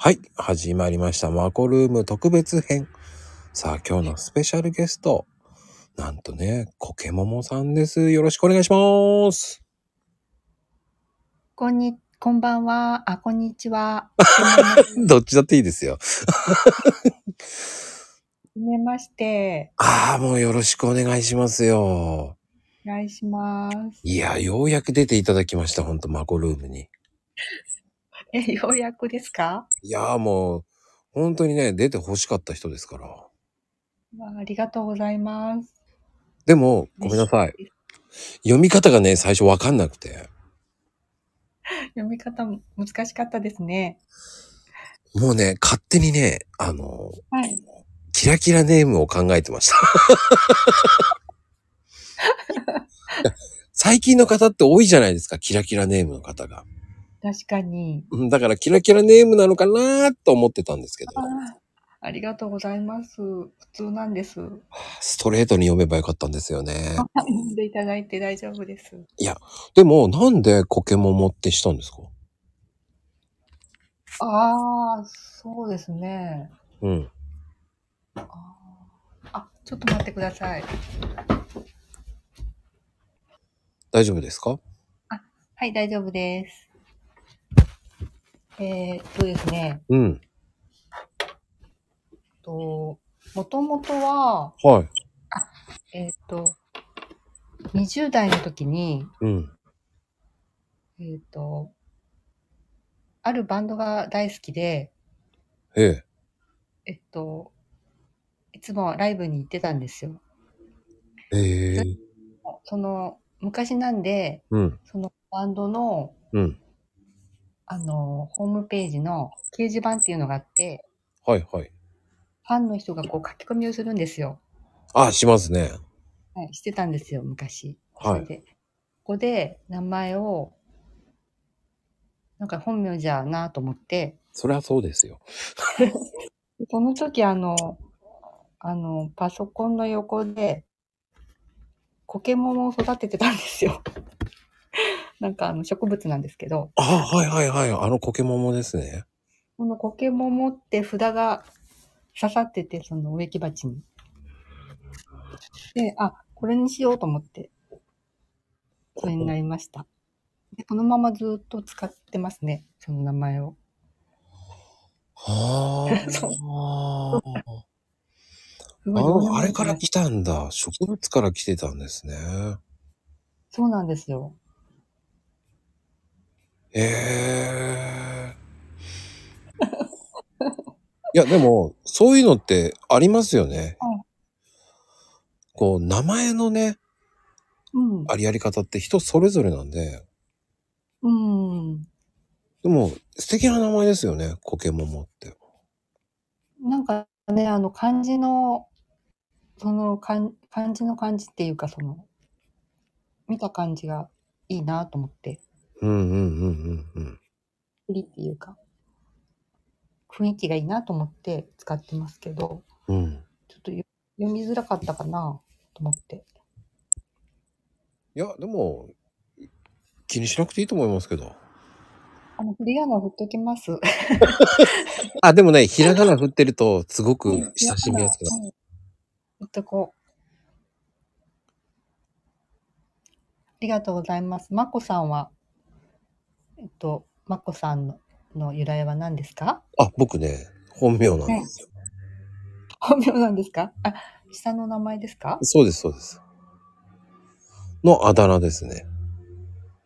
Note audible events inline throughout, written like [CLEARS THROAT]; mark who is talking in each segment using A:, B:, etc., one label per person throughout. A: はい、始まりました。マコルーム特別編。さあ、今日のスペシャルゲスト。なんとね、コケモモさんです。よろしくお願いします。
B: こんに、こんばんは。あ、こんにちは。
A: どっちだっていいですよ。
B: はじめまして。
A: ああ、もうよろしくお願いしますよ。
B: お願いします。
A: いや、ようやく出ていただきました。ほんと、マコルームに。
B: え、ようやくですか
A: いやー、もう、本当にね、出て欲しかった人ですから。
B: わあありがとうございます。
A: でも、ごめんなさい。読み方がね、最初わかんなくて。
B: 読み方も難しかったですね。
A: もうね、勝手にね、あの、
B: はい。
A: キラキラネームを考えてました。 [LAUGHS] 最近の方って多いじゃないですか、キラキラネームの方が。
B: 確かに。
A: うんだからキラキラネームなのかなと思ってたんですけど、
B: ああありがとうございます。普通なんです。
A: ストレートに読めばよかったんですよね。
B: 読んでいただいて大丈夫です。
A: でも、なんでコケモモってしたんですか
B: ああ、そうですね。
A: うん。
B: あーあ、ちょっと待ってください。
A: 大丈夫ですか
B: はい、大丈夫です。えー、っとですね。
A: うん。
B: えっと、もともとは、
A: はい。
B: えっ、と、20代の時に、
A: うん。
B: えっ、と、あるバンドが大好きで、
A: ええ。
B: えっと、いつもライブに行ってたんですよ。
A: ええ。
B: その、昔なんで、
A: うん。
B: そのバンドの、
A: うん。
B: あの、ホームページの掲示板っていうのがあって、
A: はいはい。
B: ファンの人がこう書き込みをするんですよ。
A: あ、しますね。
B: はい、してたんですよ、昔。
A: はい
B: それで、ここで名前を、なんか本名じゃなと思って、
A: そりゃそうですよ。
B: その時あの、あの、パソコンの横で、コケモモを育ててたんですよ。 [LAUGHS] なんかあの植物なんですけど、
A: あ、はいはいはい。あのコケモモですね。
B: このコケモモって札が刺さってて、その植木鉢に。で、あ、これにしようと思って、これになりました。で、このままずっと使ってますね、その名前を。
A: は
B: そう
A: あ。
B: すご
A: あ
B: いどうに
A: の、
B: も
A: あれから
B: なりまし
A: 来たんだ。植物から来てたんですね。
B: たそうなんですよ。
A: え [LAUGHS] えいや、でも、そういうのってありますよね。
B: うん
A: こう、名前のね、
B: うん。
A: ありやり方って人それぞれなんで、
B: うん。
A: でも、素敵な名前ですよね、コケモモって。
B: なんかね、あの漢字の、その漢漢字の漢字っていうか、その、見た感じがいいなと思って、
A: うんうんうんうんうん。
B: 振りっていうか、雰囲気がいいなと思って使ってますけど、
A: うん。
B: ちょっとよ読みづらかったかなと思って。
A: いや、でも、気にしなくていいと思いますけど。
B: あの、振り仮名振っときます。
A: あ、でもね、ひらがな振ってると、すごく親しみやすくなる。
B: うん振っとこう。ありがとうございます。まこさんは、えっと、まこさんのの由来は何ですか
A: あ、僕ね、本名なんですよ。
B: 本名なんですかあ、下の名前ですか
A: そうです、そうです。のあだ名ですね。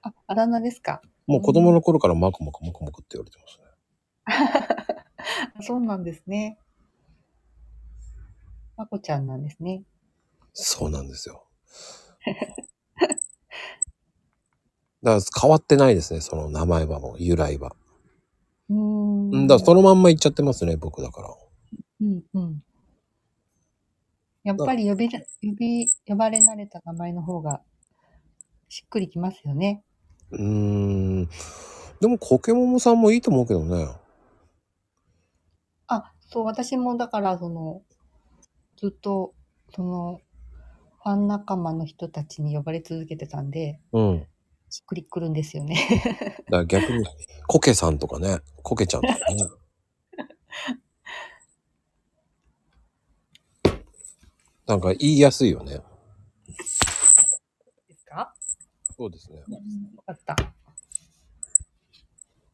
B: あ、あだ名ですか
A: もう子供の頃からマコマコマコマコって言われてますね。
B: そうなんですね。まこちゃんなんですね。
A: そうなんですよ。だから変わってないですね、その名前はもう、由来は。
B: うー
A: うん
B: ん。
A: だからそのまんま言っちゃってますね、僕だから。
B: うんうん。やっぱり呼び、呼び、呼ばれ慣れた名前の方がしっくりきますよね。
A: うーん。でも、コケモモさんもいいと思うけどね。
B: あ、そう、私もだから、その、ずっと、その、ファン仲間の人たちに呼ばれ続けてたんで、
A: うん。だ
B: しっくりくるんですよね。
A: から逆に、コケさんとかね、コケちゃんとかね。 [LAUGHS] なんか言いやすいよね。
B: ですか
A: そうですね。
B: よかった。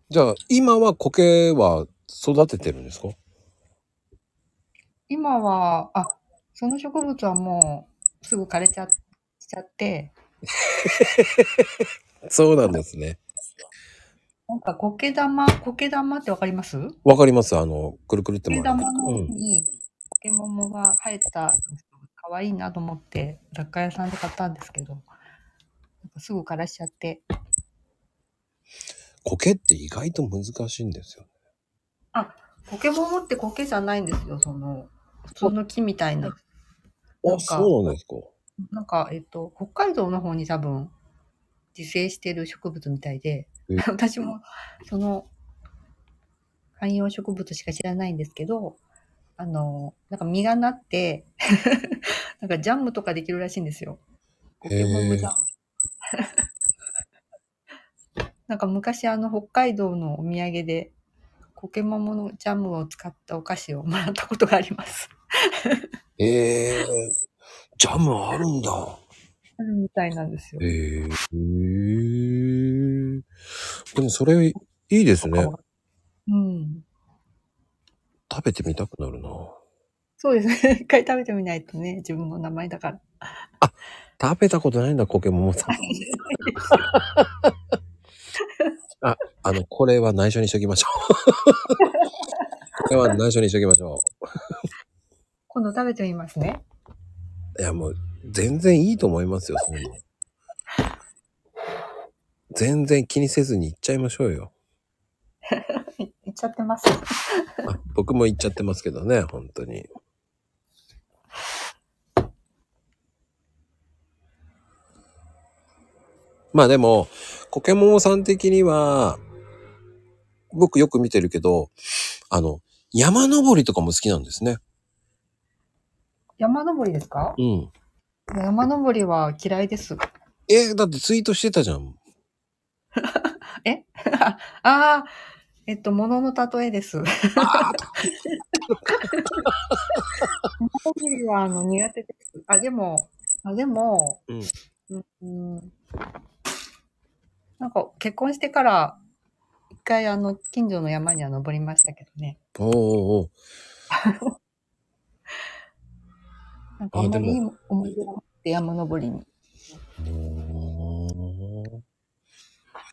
A: じゃあ、今は苔は育ててるんですか
B: 今は、あ、その植物はもうすぐ枯れちゃしちゃって、
A: そうなんですね。
B: なんか苔玉、苔玉ってわかります
A: わかりますあの、くるくるって
B: 苔
A: 回る。
B: 玉の
A: う
B: 上
A: ん。
B: に苔桃が生えた、可愛いなと思って雑貨屋さんで買ったんですけど、なんかすぐ枯らしちゃって、
A: 苔って意外と難しいんですよ。
B: 苔桃って苔じゃないんですよ、その、普通の木みたいな。な
A: あ、
B: んか
A: そうなんですか。
B: なんか、えっと、北海道の方に多分、自生してる植物みたいで
A: え、
B: [LAUGHS] 私も、その、観葉植物しか知らないんですけど、あの、なんか実がなって、 [LAUGHS] なんかジャムとかできるらしいんですよ。ポケモンジャム。 [LAUGHS] なんか昔あの北海道のお土産で、コケモモのジャムを使ったお菓子をもらったことがあり
A: [LAUGHS]
B: ます。
A: ええー、ジャムあるんだ。
B: あるみたいなんですよ
A: え。えー。でもそれいいですね。
B: うん。
A: 食べてみたくなるな。
B: そうですね。一回食べてみないとね、自分の名前だから。
A: 食べたことないんだ、コケモモさん。あ、あの、これは内緒にしときましょう。これは内緒にしときましょ
B: 今度食べてみますね。
A: う。いや、もう、全然いいと思いますよ、そんなの。全然気にせずに行っちゃいましょうよ。
B: いいっちゃってます。
A: あ僕も行っちゃってますけどね、本当に。まあでも、コケモモさん的には、僕よく見てるけど、あの、山登りとかも好きなんですね。
B: 山登りですか
A: うん。
B: 山登りは嫌いです。
A: え、だってツイートしてたじゃん。
B: えああー、えっと、ものの例えです。山登りはあの苦手です。あ、でも、あでも、
A: うん
B: うん、うんなんか結婚してから、一回あの、近所の山には登りましたけどね。
A: おうおうおう
B: なんかあんまりい
A: あ
B: い思い出がなくて山登りに。
A: うーん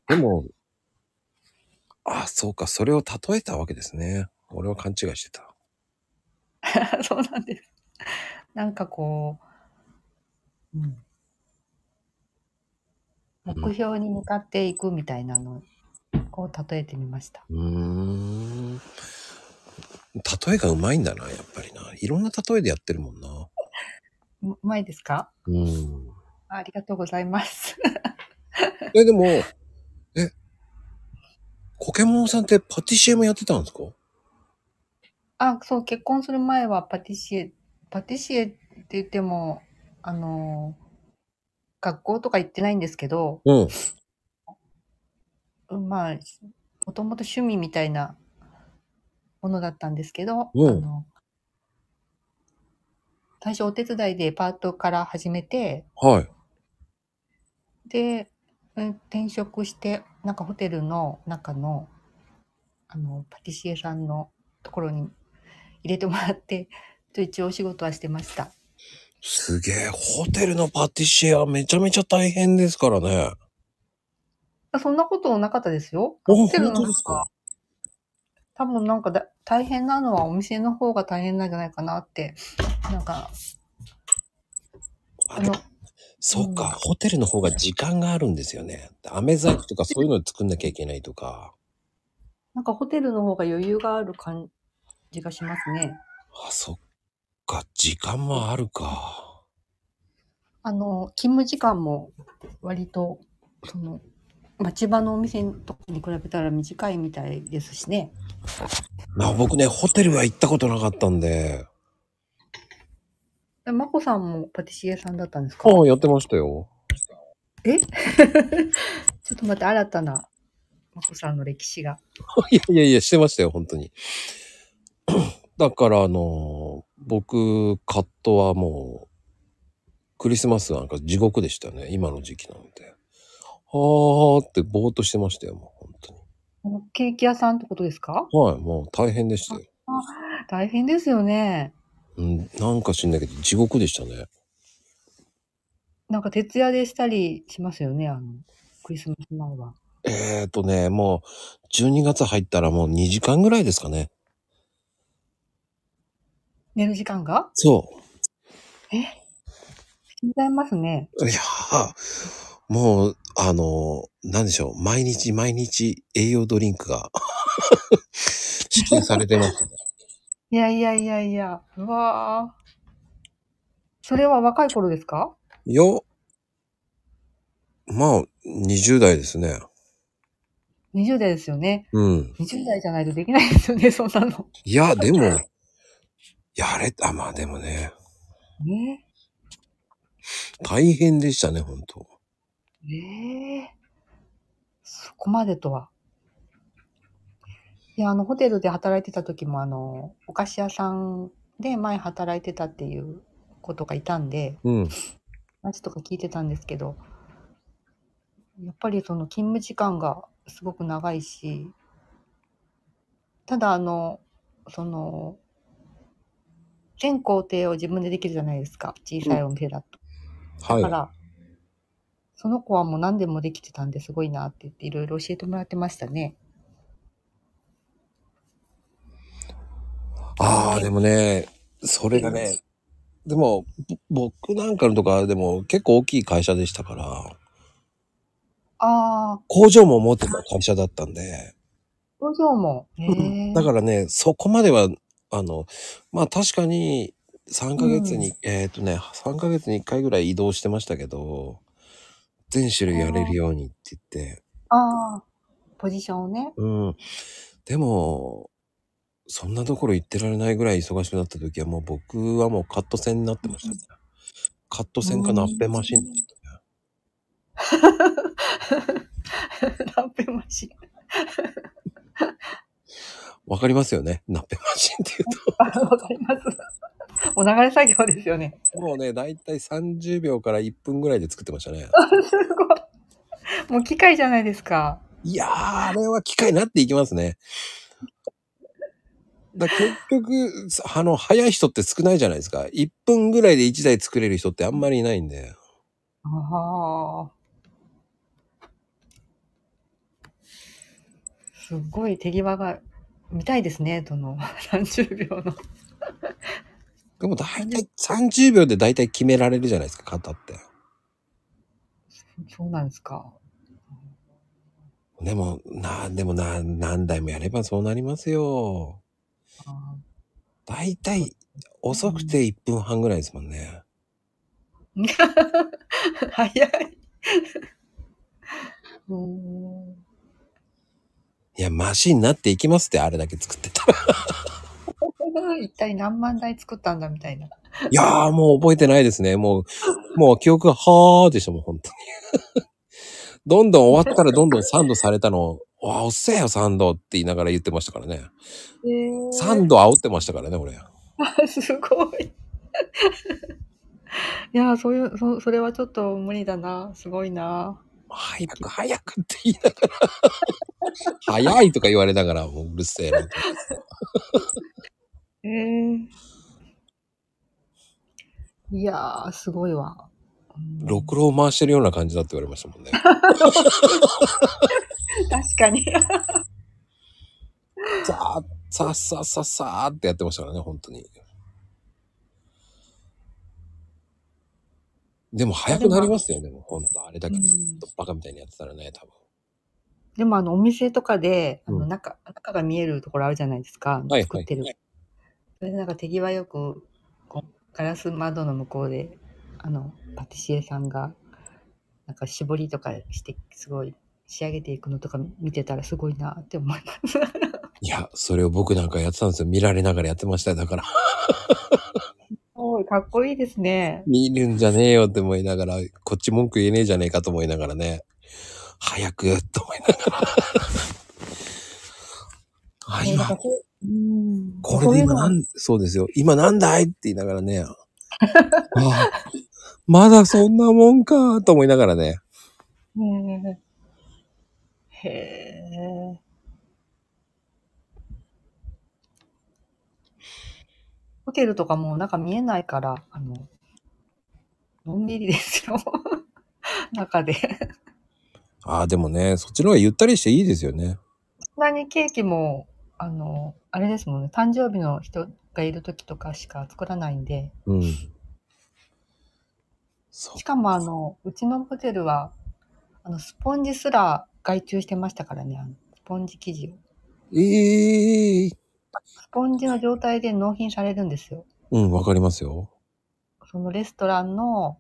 A: でも、あ、そうか、それを例えたわけですね。俺は勘違いしてた。
B: [LAUGHS] そうなんです。なんかこう、うん、目標に向かっていくみたいなのを例えてみました。
A: うーん。例えがうまいんだな、やっぱりな。いろんな例えでやってるもんな。
B: ううまいですか
A: うん。
B: あありがとうございます。
A: [LAUGHS]
B: [LAUGHS]
A: え、でも、え、コケモンさんってパティシエもやってたんですか
B: あ、そう、結婚する前はパティシエ、パティシエって言っても、あの、学校とか行ってないんですけど、
A: うん。
B: うんまあ、もともと趣味みたいなものだったんですけど、
A: うん
B: あの最初お手伝いでパートから始めて、
A: はい。
B: で、うん転職して、なんかホテルの中の、あの、パティシエさんのところに入れてもらって、 [LAUGHS] ちょ一応お仕事はしてました。
A: すげえ、ホテルのパティシエはめちゃめちゃ大変ですからね。
B: あそんなことなかったですよ。
A: あ
B: ホテルの
A: 本当ですか
B: 中、多分なんかだ大変なのはお店の方が大変なんじゃないかなって、なんか、
A: あ
B: あ
A: で
B: の
A: も、そうか、ホテルの方が時間があるんですよね。飴細工とかそういうの作んなきゃいけないとか。
B: なんかホテルの方が余裕がある感じがしますね。
A: あ、そっか、時間もあるか。
B: あの、勤務時間も割と、その、町場のお店とかに比べたら短いみたいですしね。
A: まあ僕ね、ホテルは行ったことなかったんで。
B: えまこさんもパティシエさんだったんですか
A: ああ、やってましたよ。 [LAUGHS]
B: えちょっと待って、新たなまこさんの歴史が。
A: いやいやいや、してましたよ、本当に。 [CLEARS THROAT] だから、あのー僕、カットはもクリスマスなんか地獄でしたね。今の時期なんて。あーってぼーっとしてましたよ、もう本当に。
B: ケーキ屋さんってことですか
A: はい、もう大変でしたよ。
B: 大変ですよね。
A: うん、なんか知んないけど、地獄でしたね。
B: なんか徹夜でしたりしますよね、あの、クリスマス前は。
A: えーとね、もう、12月入ったらもう2時間ぐらいですかね。
B: 寝る時間が
A: そ
B: 死んじゃいますね。
A: う。いやー、もう、あのー、なんでしょう。毎日毎日栄養ドリンク
B: [LAUGHS]
A: が、支給されてましたね。
B: いやいやいやいや、うわぁ。それは若い頃ですか
A: よ、まあ、20代ですね。
B: ?20 代ですよね。
A: うん。
B: 20代じゃないとできないですよね、そんなの。
A: いや、でも、やれた、まあでもね、
B: ね
A: 大変でしたね、本当
B: ええそこまでとは。いや、あの、ホテルで働いてた時も、あの、お菓子屋さんで前働いてたっていう子とかいたんで、
A: うん。
B: 話とか聞いてたんですけど、やっぱりその勤務時間がすごく長いし、ただあの、その、全工程を自分でできるじゃないですか、小さいお店だと。
A: はい。
B: だから、その子はもう何でもできてたんですごいなって言っていろいろ教えてもらってましたね。
A: ああ、でもね、それがね、でも、ぼ僕なんかのとか、でも結構大きい会社でしたから、
B: ああ、
A: 工場も持ってた会社だったんで、
B: 工場も。へえ
A: だからね、そこまでは、あの、まあ確かに、3ヶ月に、えっ、とね、3ヶ月に1回ぐらい移動してましたけど、全種類やれるようにって言って、
B: ああ、ポジションをね。 [LAUGHS]
A: うん。でも、そんなところ行ってられないぐらい忙しくなった時はもう僕はもうカット線になってましたね。カット線かナッペマシンでしたね。
B: ランペマシン。
A: わかりますよねナッペマシンって言う
B: あわかります。 [LAUGHS] お流れ作業ですよね。
A: と。もうね、だいたい30秒から1分ぐらいで作ってましたね。
B: すごい。 [LAUGHS] もう機械じゃないですか。
A: いやー、あれは機械になっていきますね。だ結局、あの、早い人って少ないじゃないですか。1分ぐらいで1台作れる人ってあんまりいないんで。
B: ああ。すごい手際が見たいですね、その [LAUGHS] 30秒の。
A: でも大体30秒で大体決められるじゃないですか、型って。
B: そうなんですか。
A: でも、な、でもな、何台もやればそうなりますよ。
B: あ
A: だいたい遅くて1分半ぐらいですもんね。
B: ー早い。 [LAUGHS] うーん
A: いや、マシンになっていきますって、あれだけ作ってたら。
B: 一体何万台作ったんだみたいな。
A: いやー、もう覚えてないですね。もう、もう記憶がはーでしたもん、本当に。 [LAUGHS] どんどん終わったらどんどんサンドされたのを、わあ、おっせえよ、サンドって言いながら言ってましたからね。
B: えー
A: サンド煽ってましたからね、俺。
B: [LAUGHS] すごい。 [LAUGHS] いやー、そういう、そ、それはちょっと無理だな。すごいな。
A: 早く早くって言いながら、早いとか言われながら、もううるせえな。
B: えーいやー、すごいわ。うん
A: ろくろを回してるような感じだって言われましたもんね。
B: [LAUGHS] 確かに。
A: さあ、さあさあさあさあってやってましたからね、本当に。でも早くなりますよ、でも本当あれだけずっとバカみたいにやってたらね、多分。
B: でも、あの、お店とかで、あ
A: う
B: の、
A: ん
B: 中、中が見えるところあるじゃないですか。
A: はい
B: 作ってる。それで、なんか手際よく、こうガラス窓の向こうで、あの、パティシエさんが、なんか絞りとかして、すごい、仕上げていくのとか見てたらすごいなって思い [LAUGHS] ます。
A: いや、それを僕なんかやってたんですよ。見られながらやってましたよ。だから、
B: すごい、かっこいいです [LAUGHS] ね。
A: 見るんじゃねえよって思いながら、こっち文句言えねえじゃねえかと思いながらね。早く、と思いなが
B: [LAUGHS]
A: ら。あ、今、
B: うん
A: これで今なん、そうですよ。今なんだいって言いながらね。ああ、まだそんなもんかと思いながらね。
B: ねえ。へえ。ホテルとかもうなんか見えないから、あの、のんびりですよ。 [LAUGHS] 中で。
A: ああ、でもね、そっちの方がゆったりしていいですよね。
B: そんなにケーキも、あの、あれですもんね、誕生日の人がいる時とかしか作らないんで、
A: うん。そう
B: し。かもあの、うちのホテルは、あの、スポンジすら外注してましたからね、あのスポンジ生地を。
A: ええ
B: スポンジの状態で納品されるんですよ。
A: うん、わかりますよ。
B: そのレストランの、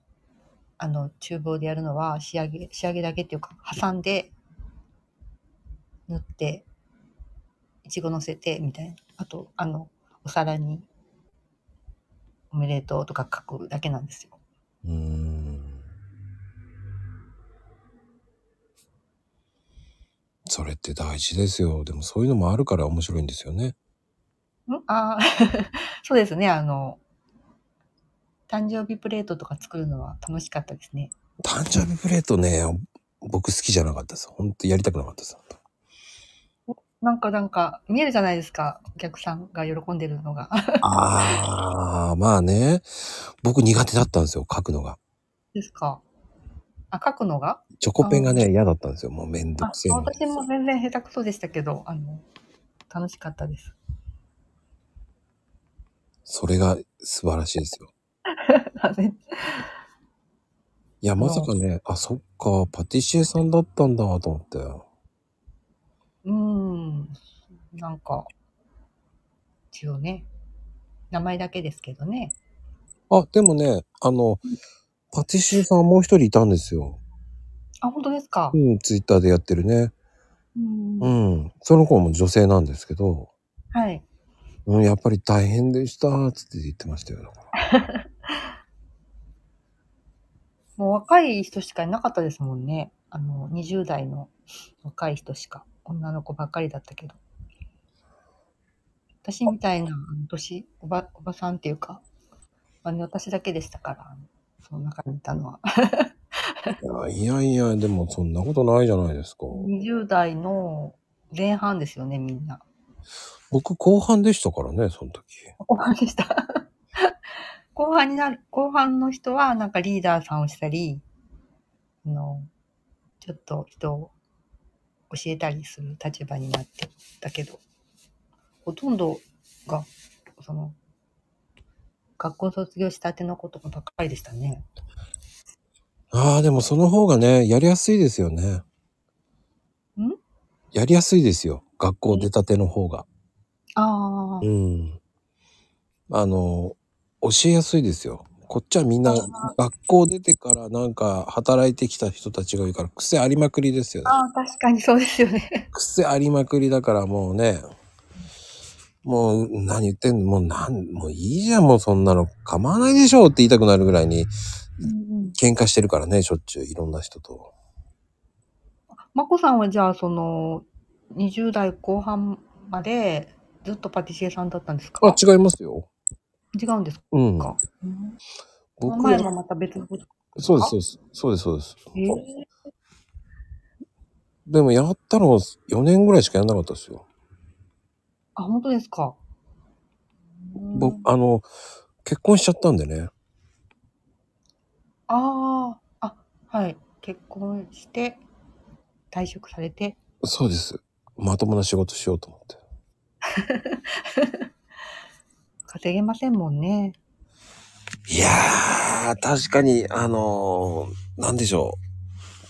B: あの、厨房でやるのは仕上げ、仕上げだけっていうか、挟んで、塗って、いちご乗せて、みたいな。あと、あの、お皿に、おめでとうとか書くだけなんですよ。
A: うーん。それって大事ですよ。でもそういうのもあるから面白いんですよね。
B: んああ、 [LAUGHS] そうですね。あの、誕生日プレートとか作るのは楽しかったですね。
A: 誕生日プレートね、僕好きじゃなかったです。本当やりたくなかったです。
B: なんか、なんか、見えるじゃないですか。お客さんが喜んでるのが。 [LAUGHS]
A: ああ、まあね。僕苦手だったんですよ、書くのが。
B: ですか。あ、書くのが
A: チョコペンがね、嫌だったんですよ。もうめんど
B: あ
A: くせえの。
B: 私も全然下手くそでしたけど、あの、楽しかったです。 [LAUGHS]
A: それが素晴らしいですよ。
B: あね
A: いや、まさかね、あ、そっか、パティシエさんだったんだ、と思って。
B: うーん、なんか、一応ね、名前だけですけどね。
A: あ、でもね、あの、パティシエさんもう一人いたんですよ。
B: あ、本当ですか。
A: うん、ツイッターでやってるね。
B: う、
A: うんん。その子も女性なんですけど、
B: はい。
A: うん、やっぱり大変でした、つって言ってましたよ。だから
B: もう若い人しかいなかったですもんね。あの、20代の若い人しか、女の子ばっかりだったけど。私みたいな、あの年、おば、おばさんっていうか、まあね、私だけでしたから、あのその中にいたのは。
A: いやいやいや、でもそんなことないじゃないですか。
B: 20代の前半ですよね、みんな。
A: 僕後半でしたからね、その時。
B: 後半でした。 [LAUGHS] 後半になる、後半の人はなんかリーダーさんをしたり、あの、ちょっと人を教えたりする立場になってたけど、ほとんどが、その、学校卒業したてのことばっかりでしたね。
A: ああ、でもその方がね、やりやすいですよね。
B: ん
A: やりやすいですよ。学校出たての方が。
B: ああ
A: う、ん。あの、教えやすいですよ。こっちはみんな
B: あ
A: 学校出てからなんか働いてきた人たちがいるから癖ありまくりですよね。
B: ああ、確かにそうですよね。
A: 癖ありまくりだからもうね、もう何言ってんのもうなん、もういいじゃんもうそんなの構わないでしょうって言いたくなるぐらいに
B: うんうん
A: 喧嘩してるからね、しょっちゅういろんな人と。
B: まこさんはじゃあその20代後半までずっとパティシエさんだったんですか
A: あ、違いますよ。
B: 違うんです
A: うん。
B: か、うん、その
A: 僕
B: 前
A: は
B: もまた別のこと。
A: そうです、そうです。そうです、そうです。
B: えー
A: でもやったの4年ぐらいしかやんなかったですよ。
B: あ、本当ですか。うん
A: 僕、あの、結婚しちゃったんでね。
B: ああ、あ、はい。結婚して、退職されて。
A: そうです。まともな仕事しようと思って。
B: 稼げませんもんね。
A: いやー、確かに、あのーなんでしょう。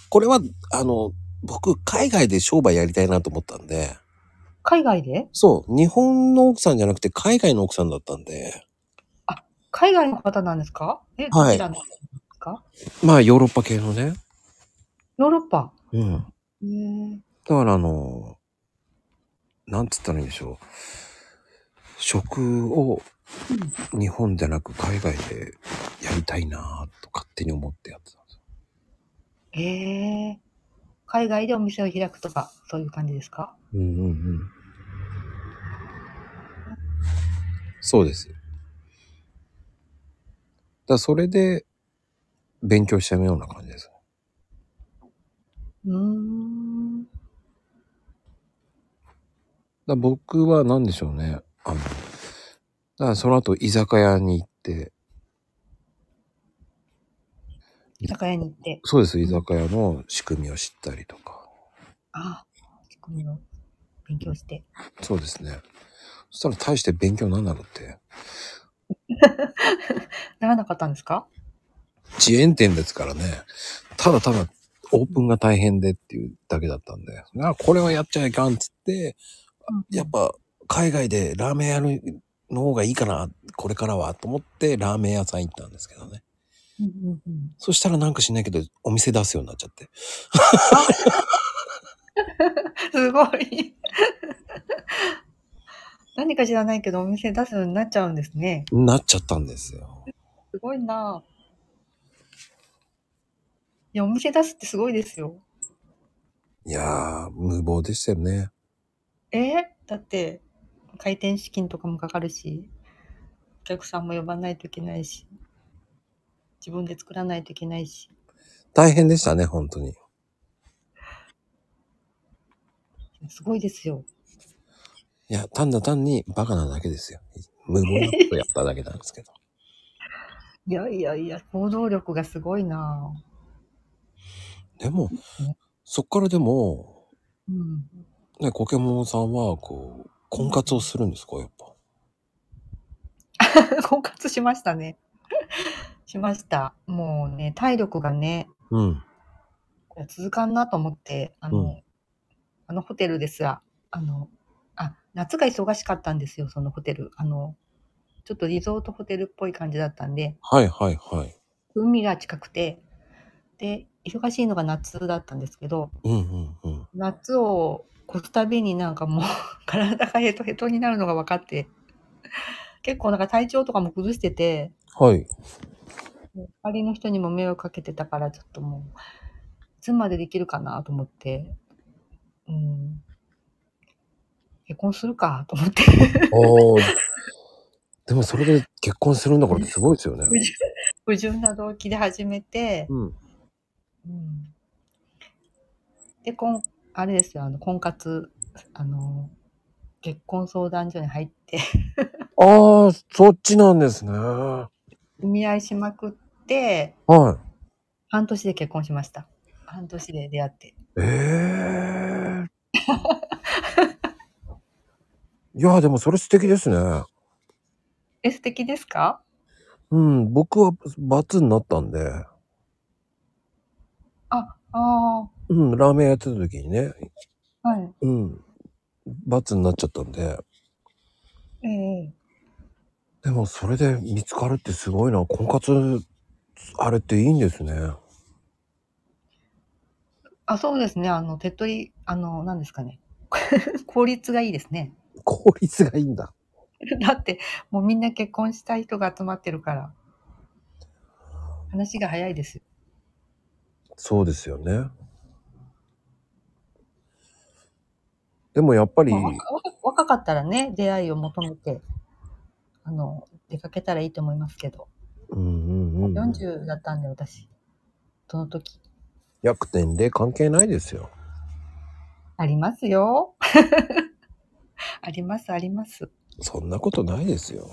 A: これは、あの、僕、海外で商売やりたいなと思ったんで、
B: 海外で
A: そう、日本の奥さんじゃなくて海外の奥さんだったんで、
B: 海外の方なんですかえ、ど
A: はい
B: ちらの方ですか、
A: まあ、ヨーロッパ系のね。
B: ヨーロッパ。
A: うん。
B: えー、
A: だからあの、なんつったらいいんでしょう。食を日本じゃなく海外でやりたいなぁと勝手に思ってやってたんですよ。
B: えー、海外でお店を開くとか、そういう感じですか
A: うんうんうん。そうです。だからそれで、勉強してみような感じです。
B: うーん。
A: だ僕は何でしょうね。あの、だからその後居酒屋に行って、
B: 居酒屋に行って。
A: そうです、居酒屋の仕組みを知ったりとか。
B: ああ、仕組みを勉強して。
A: そうですね。そしたら大して勉強なんなのって、
B: ならなかったんですか
A: 遅延点ですからね。ただただオープンが大変でっていうだけだったんで、なこれはやっちゃいかんっつって、やっぱ海外でラーメン屋の方がいいかな、これからはと思ってラーメン屋さん行ったんですけどね。
B: うんうんうん。
A: そしたらなんかしないけど、お店出すようになっちゃって。
B: すごい。 [LAUGHS] 何か知らないけど、お店出すようになっちゃうんですね。
A: なっちゃったんですよ。
B: すごいなぁ。いや、お店出すってすごいですよ。
A: いやー、無謀でしたよね。
B: えーだって、開店資金とかもかかるし、お客さんも呼ばないといけないし、自分で作らないといけないし。
A: 大変でしたね、本当に。
B: すごいですよ。
A: いや、単だ単にバカなだけですよ。無謀なことやっただけなんですけど。
B: いやいやいや、行動力がすごいなぁ。
A: でも、そっからでも、
B: うん。 [LAUGHS]
A: ね、コケモンさんは、こう、婚活をするんですか、やっぱ。
B: 婚活しましたね。 [LAUGHS] しました。もうね、体力がね、
A: うん。
B: これ続かんなと思って、あの、
A: うん
B: あのホテルですら、あの、あ、夏が忙しかったんですよ、そのホテル。あの、ちょっとリゾートホテルっぽい感じだったんで、
A: はいはいはい。
B: 海が近くて、で、忙しいのが夏だったんですけど、
A: うんうんうん。
B: 夏を越すたびになんかもう [LAUGHS] 体がヘトヘトになるのが分かって、結構なんか体調とかも崩してて、
A: はい。
B: 周りの人にも迷惑かけてたから、ちょっともう、いつまでできるかなと思って、うん、結婚するかと思って、
A: おー。 [LAUGHS] でもそれで結婚するんだからすごいですよね。
B: 不純な動機で始めて、
A: うん。
B: うん、で、婚、あれですよ、あの、婚活、あの、結婚相談所に入って、 [LAUGHS]
A: ああ、そっちなんですね。は
B: お見合いしまくって、
A: い。
B: 半年で結婚しました。半年で出会って。
A: ええ [LAUGHS] いや、でもそれ素敵ですね。
B: え、素敵ですか
A: うん、僕は罰になったんで、
B: あ、あ
A: うん、ラーメンやってた時にね、
B: あ、はい。
A: うん、罰になっちゃったんで、
B: ええ
A: でもそれで見つかるってすごいな。婚活、あれっていいんですね。
B: あ、そうですね。あの、手っ取り、あの、何ですかね。 [LAUGHS] 効率がいいですね。 [LAUGHS]
A: 効率がいいんだ。
B: だって、もうみんな結婚したい人が集まってるから、話が早いですよ。
A: そうですよね。でもやっぱり、
B: まあ若若若かったらね、出会いを求めて、あの、出かけたらいいと思いますけど、
A: うんうんうん。
B: 40だったんで、私、その時、
A: 約点で関係ないですよ。
B: ありますよ。 [LAUGHS] あります、あります。
A: そんなことないですよ。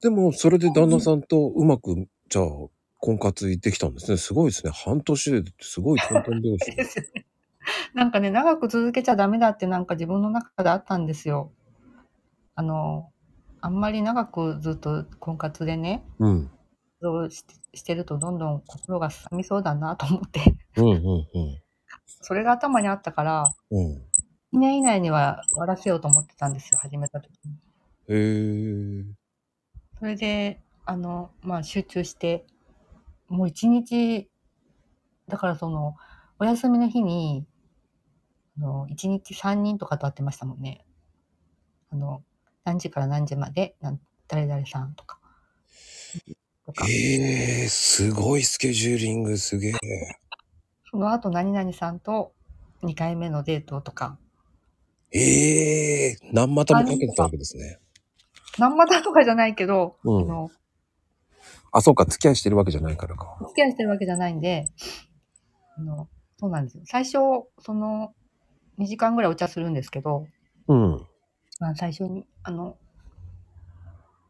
A: でも、それで旦那さんとうまく、じゃあ、婚活できたんですね。すごいですね。半年でってすごい簡単拍子
B: [LAUGHS] で。すよね。なんかね、長く続けちゃダメだってなんか自分の中であったんですよ。あの、あんまり長くずっと婚活でね、
A: うん。
B: そうしてしてるとどんどん心がすさみそうだなと思って、
A: うんうんうん。
B: それが頭にあったから、
A: うん。
B: 2年以内には終わらせようと思ってたんですよ、始めた時に。
A: へえ。
B: それで、あの、まあ集中して、もう一日、だからその、お休みの日に、あの、一日3人とかと会ってましたもんね。あの、何時から何時まで、なん誰々さんとか。とか、
A: へえ、すごいスケジューリング、すげえ。
B: その後何々さんと2回目のデートとか、
A: ええ、何股もかけてたわけですね。
B: 何股とかじゃないけど、
A: うん
B: あの、
A: あ、そうか、付き合いしてるわけじゃないからか。
B: お付き合いしてるわけじゃないんで、あの、そうなんですよ。最初、その、2時間ぐらいお茶するんですけど、
A: うん。
B: まあ、最初に、あの、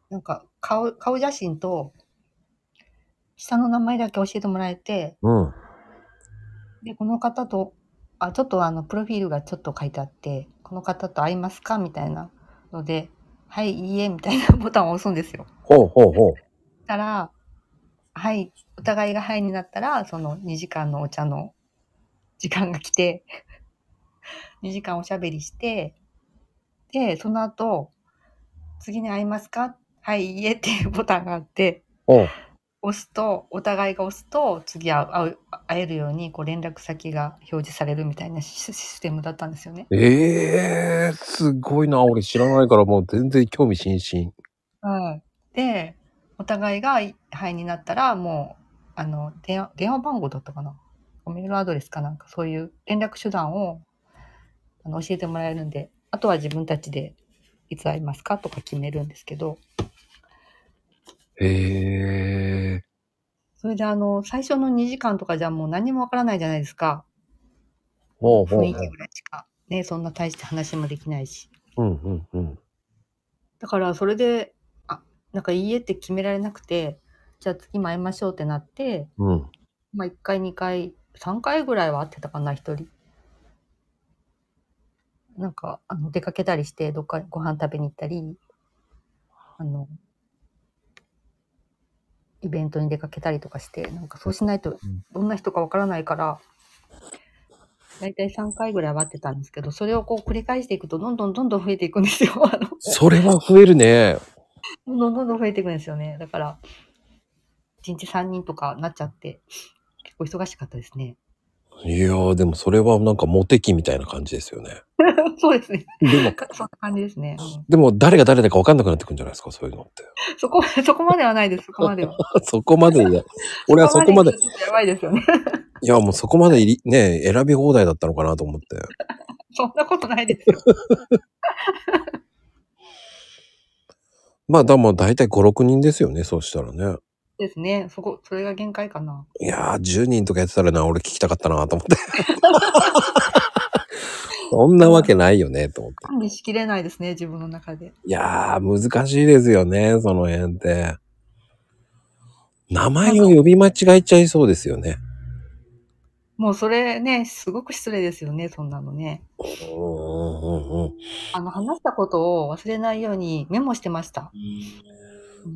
B: なんか、顔、顔写真と、下の名前だけ教えてもらえて、
A: うん。
B: で、この方と、あ、ちょっとあの、プロフィールがちょっと書いてあって、この方と会いますかみたいなので、はい、いいえ、みたいなボタンを押すんですよ。
A: ほうほうほう。
B: たら、はい、お互いがはいになったら、その2時間のお茶の時間が来て、2時間おしゃべりして、で、その後、次に会いますかはい、いえっていうボタンがあって、
A: ほう。
B: 押すと、お互いが押すと、次会う会う会えるように、こう連絡先が表示されるみたいなシシステムだったんですよね。
A: ええー、すごいな。俺知らないからもう全然興味津々。
B: はい。で、お互いがいはいになったら、もう、あの、電話、電話番号だったかなメールアドレスかなんか、そういう連絡手段を、あの、教えてもらえるんで、あとは自分たちで、いつ会いますかとか決めるんですけど、
A: ええ
B: それであの、最初の2時間とかじゃもう何もわからないじゃないですか。
A: ほうほう
B: 雰囲
A: ほ
B: 気ぐらいしか。ね、そんな大して話もできないし。
A: う。うんうんうん。
B: だからそれで、あ、なんかいいえって決められなくて、じゃあ次も会いましょうってなって、
A: うん。
B: まあ、1回、2回、3回ぐらいは会ってたかな、一人。なんか、あの出かけたりして、どっかにご飯食べに行ったり、あの、イベントに出かけたりとかして、なんかそうしないと、どんな人かわからないから、だいたい3回ぐらいは会ってたんですけど、それをこう繰り返していくと、どんどんどんどん増えていくんですよ。 [LAUGHS] あの
A: それは増えるね。
B: どんどんどんどん増えていくんですよね。だから、1日3人とかなっちゃって、結構忙しかったですね。
A: いやー、でもそれはなんかモテ期みたいな感じですよね。
B: そうですね。
A: でも、
B: かそんな感じですね。うん
A: でも誰が誰だか分かんなくなってくるんじゃないですか、そういうのって。 [LAUGHS]
B: そこま [LAUGHS] で、そこまではないです、そこまで [LAUGHS] は。
A: そこまでいや、 [LAUGHS] 俺はそこまで
B: ち、ょっとやばいですよね。 [LAUGHS]
A: いやもうそこまでいりね、選び放題だったのかなと思って。
B: そんなことないですよ。
A: まあ、だもう大体5、6人ですよね、そうしたらね。
B: ですね。そこ、それが限界かな。
A: いやー、10人とかやってたらな、俺聞きたかったなと思って。 [LAUGHS] そんなわけないよね、と思って。
B: 管理しきれないですね、自分の中で。
A: いやー、難しいですよね、その辺って。名前を呼び間違えちゃいそうですよね。
B: もうそれね、すごく失礼ですよね、そんなのね。
A: うんうんうんうん。
B: あの、話したことを忘れないようにメモしてました。うん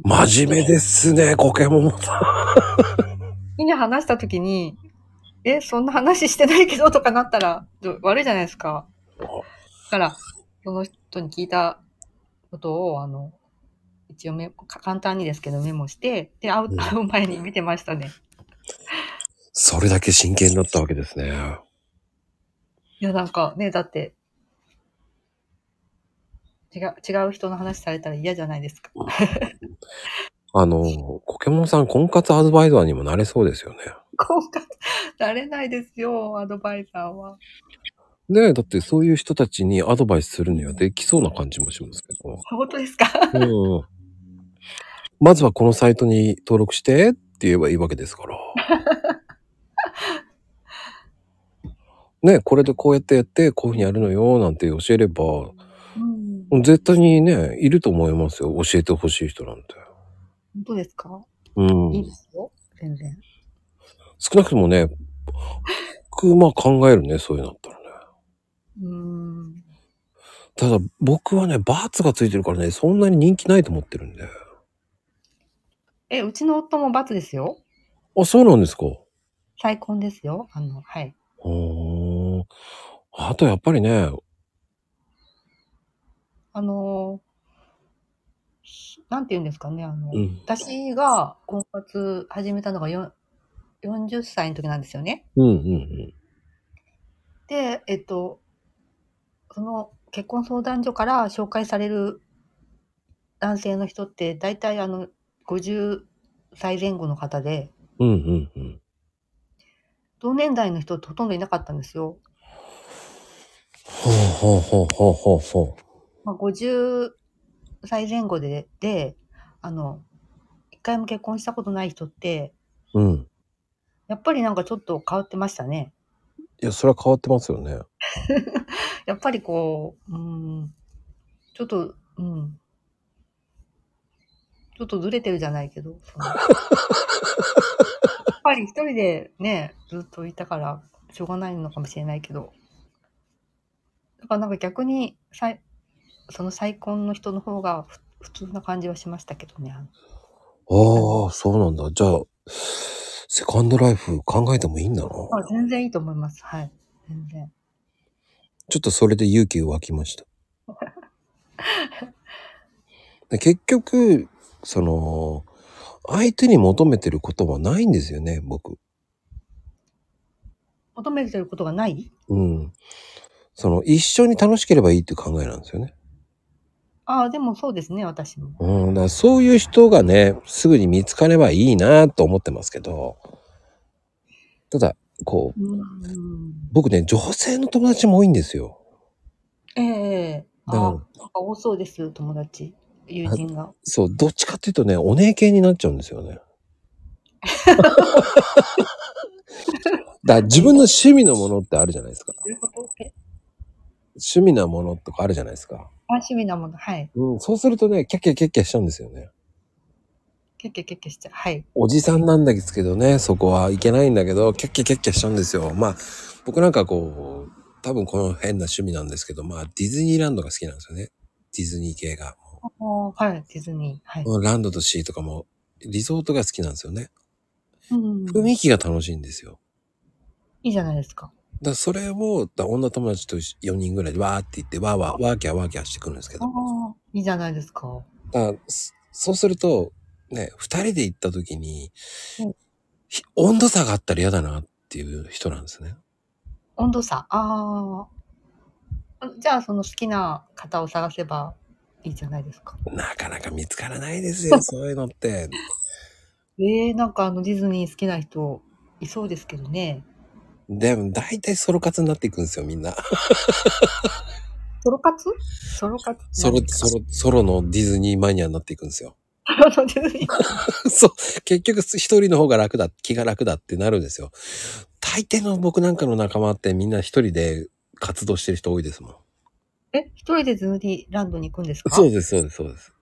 A: 真面目ですね、コケモモさ
B: みんな話した時に、え、そんな話してないけどとかなったらど悪いじゃないですか。だから、その人に聞いたことを、あの、一応メか簡単にですけどメモして、で、会う
A: うん
B: 会う前に見てましたね。
A: ん。それだけ真剣だったわけですね。
B: いや、なんかね、だって、違う、違う人の話されたら嫌じゃないですか。
A: あの、コケモモさん、婚活アドバイザーにもなれそうですよね。
B: 効果、なれないですよ、アドバイザーは。
A: ねえ、だってそういう人たちにアドバイスするにはできそうな感じもしますけど。
B: 本当ですか
A: うんうん。まずはこのサイトに登録してって言えばいいわけですから。ねえ、これでこうやってやって、こういうふうにやるのよ、なんて教えれば、
B: うん。
A: 絶対にね、いると思いますよ。教えてほしい人なんて。
B: 本当ですか
A: う
B: いいで
A: ん。
B: すよ、全然。
A: 少なくともね、僕、まあ考えるね、そういうのだったらね。
B: うーん。
A: ただ僕はね、バーツがついてるからね、そんなに人気ないと思ってるんで。
B: え、うちの夫も罰ですよ。
A: あ、そうなんですか。
B: 再婚ですよ。あの、はい。
A: おーあとやっぱりね、
B: あのーなんて言うんですかね。あの、
A: うん、
B: 私が婚活始めたのがよん40歳の時なんですよね。
A: うん、うん、
B: で、えっと、その結婚相談所から紹介される男性の人って、大体あの、50歳前後の方で、
A: うん、うん、うん、うん。
B: 同年代の人ってほとんどいなかったんですよ。
A: ほうほうほうほうほうほ
B: まあ、50歳前後で、で、あの、一回も結婚したことない人って、
A: うん。
B: やっぱりなんかちょっと変わってましたね。
A: いや、それは変わってますよね。
B: やっぱりこう、うん、ちょっと、うん。ちょっとずれてるじゃないけど。そのやっぱり一人でね、ずっといたから、しょうがないのかもしれないけど。だからなんか逆に、再その再婚の人の方がふ普通な感じはしましたけどね。
A: ああ、そうなんだ。じゃあ、セカンドライフ考えてもいいんだな。
B: あ全然いいと思います。はい。全然。
A: ちょっとそれで勇気が湧きました。で結局、その、相手に求めてることはないんですよね、僕。
B: 求めてることがない
A: うん。その、一緒に楽しければいいっていう考えなんですよね。
B: ああ、でもそうですね、私も。
A: うん。だからそういう人がね、すぐに見つかればいいなと思ってますけど、ただ、こう、
B: うん。
A: 僕ね、女性の友達も多いんですよ。
B: ええ
A: だから
B: あなんか多そうです、友達、友人が。
A: そう、どっちかっていうとね、お姉系になっちゃうんです [LAUGHS] よね。だから自分の趣味のものってあるじゃないですか。
B: どういうことえ
A: 趣味なものとかあるじゃないですか。
B: あ趣味なもの、はい。
A: うん、そうするとね、キャッキャキャッキャしちゃうんですよね。
B: キャッキャキャッキャしちゃう。はい。
A: おじさんなんですけどね、そこはいけないんだけど、キャッキャキャッキャしちゃうんですよ。まあ、僕なんかこう、多分この変な趣味なんですけど、まあ、ディズニーランドが好きなんですよね。ディズニー系が。
B: おーはい、ディズニー。はい。
A: もうランドとシーとかも、リゾートが好きなんですよね。
B: うん、
A: 雰囲気が楽しいんですよ。
B: いいじゃないですか。
A: だからそれをだ女友達と4人ぐらいでわーって言ってわーわーわーキャーわーキャーしてくるんですけ
B: あ
A: ど
B: あ、いいじゃないですか。
A: だからそそうするとね2人で行った時に、
B: うん
A: ひ温度差があったら嫌だなっていう人なんですね
B: 温度差。ああ。あじゃあ、その好きな方を探せばいいじゃないですか。
A: なかなか見つからないですよそういうのって
B: ええなんかあのディズニー好きな人いそうですけどね。
A: でも大体ソロ活になっていくんですよみんな
B: ソロ活ソロ活
A: ソロソロソロのディズニーマニアになっていくんですよ [LAUGHS]
B: ロ。ソロのディズニー。
A: そう結局一人の方が楽だ気が楽だってなるんですよ大抵の僕なんかの仲間ってみんな一人で活動してる人多いですもん
B: え、一人でディズニーランドに行くんですか
A: そうです、そうです、そうです。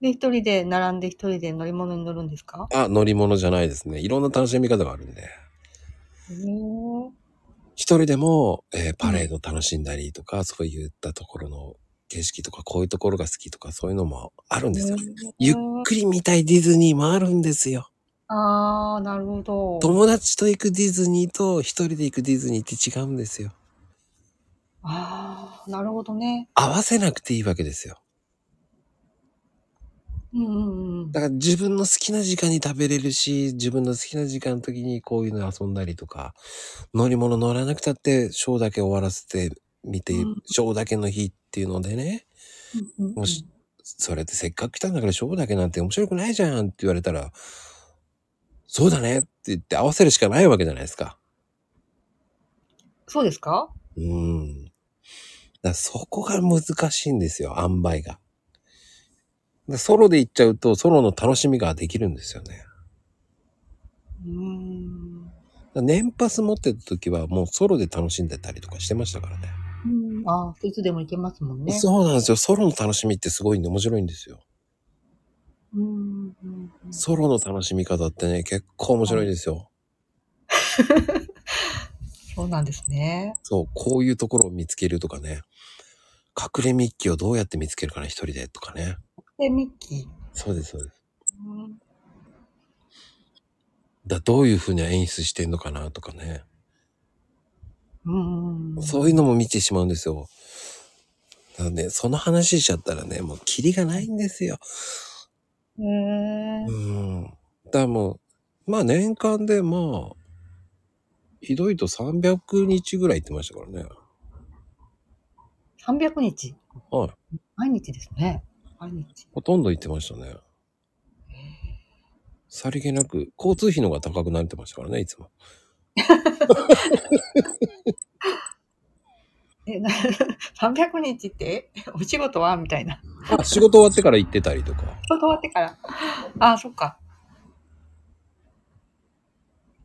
B: で、一人で並んで一人で乗り物に乗るんですか
A: あ、乗り物じゃないですね。いろんな楽しみ方があるんで。
B: へー
A: 一人でも、えーパレード楽しんだりとか、そういったところの景色とか、こういうところが好きとか、そういうのもあるんですよ。ゆっくり見たいディズニーもあるんですよ。
B: あー、なるほど。
A: 友達と行くディズニーと一人で行くディズニーって違うんですよ。
B: あー、なるほどね。
A: 合わせなくていいわけですよ。
B: うんうんうん
A: だ。から自分の好きな時間に食べれるし、自分の好きな時間の時にこういうの遊んだりとか、乗り物乗らなくたって、ショーだけ終わらせてみて、
B: うん
A: ショーだけの日っていうのでね、
B: うんうんうん
A: もしそれってせっかく来たんだからショーだけなんて面白くないじゃんって言われたら、そうだねって言って合わせるしかないわけじゃないですか。
B: そうですか
A: うん。だからそこが難しいんですよ、塩梅が。だからソロで行っちゃうと、ソロの楽しみができるんですよね。
B: うーん。
A: 年パス持ってた時はもうソロで楽しんでたりとかしてましたからね。
B: うんあー、いつでも行けますもんね。
A: そうなんですよ。ソロの楽しみってすごいんで面白いんですよ。
B: うんうんうん
A: ソロの楽しみ方ってね、結構面白いですよ。
B: そうなんですね。
A: そう、こういうところを見つけるとかね。隠れミッキーをどうやって見つけるかな、一人でとかね。
B: で、ミッキ
A: そうです、そうです。
B: ー。うん
A: だどういう風に演出してんのかなとかね。
B: うんうん。
A: そういうのも見てしまうんですよ。だからね、その話しちゃったらね、もうキリがないんですよ。
B: へえ
A: う。ん。だからもう、まあ年間でまあ、ひどいと300日ぐらい行ってましたからね。
B: 300日。
A: はい。
B: 毎日ですね。毎日。
A: ほとんど行ってましたね。さりげなく、交通費の方が高くなってましたからね、いつも。
B: ええ、な [LAUGHS] 300日って [LAUGHS] えお仕事はみたいな。
A: あ仕事終わってから行ってたりとか。
B: 仕事終わってから。あ、そっか。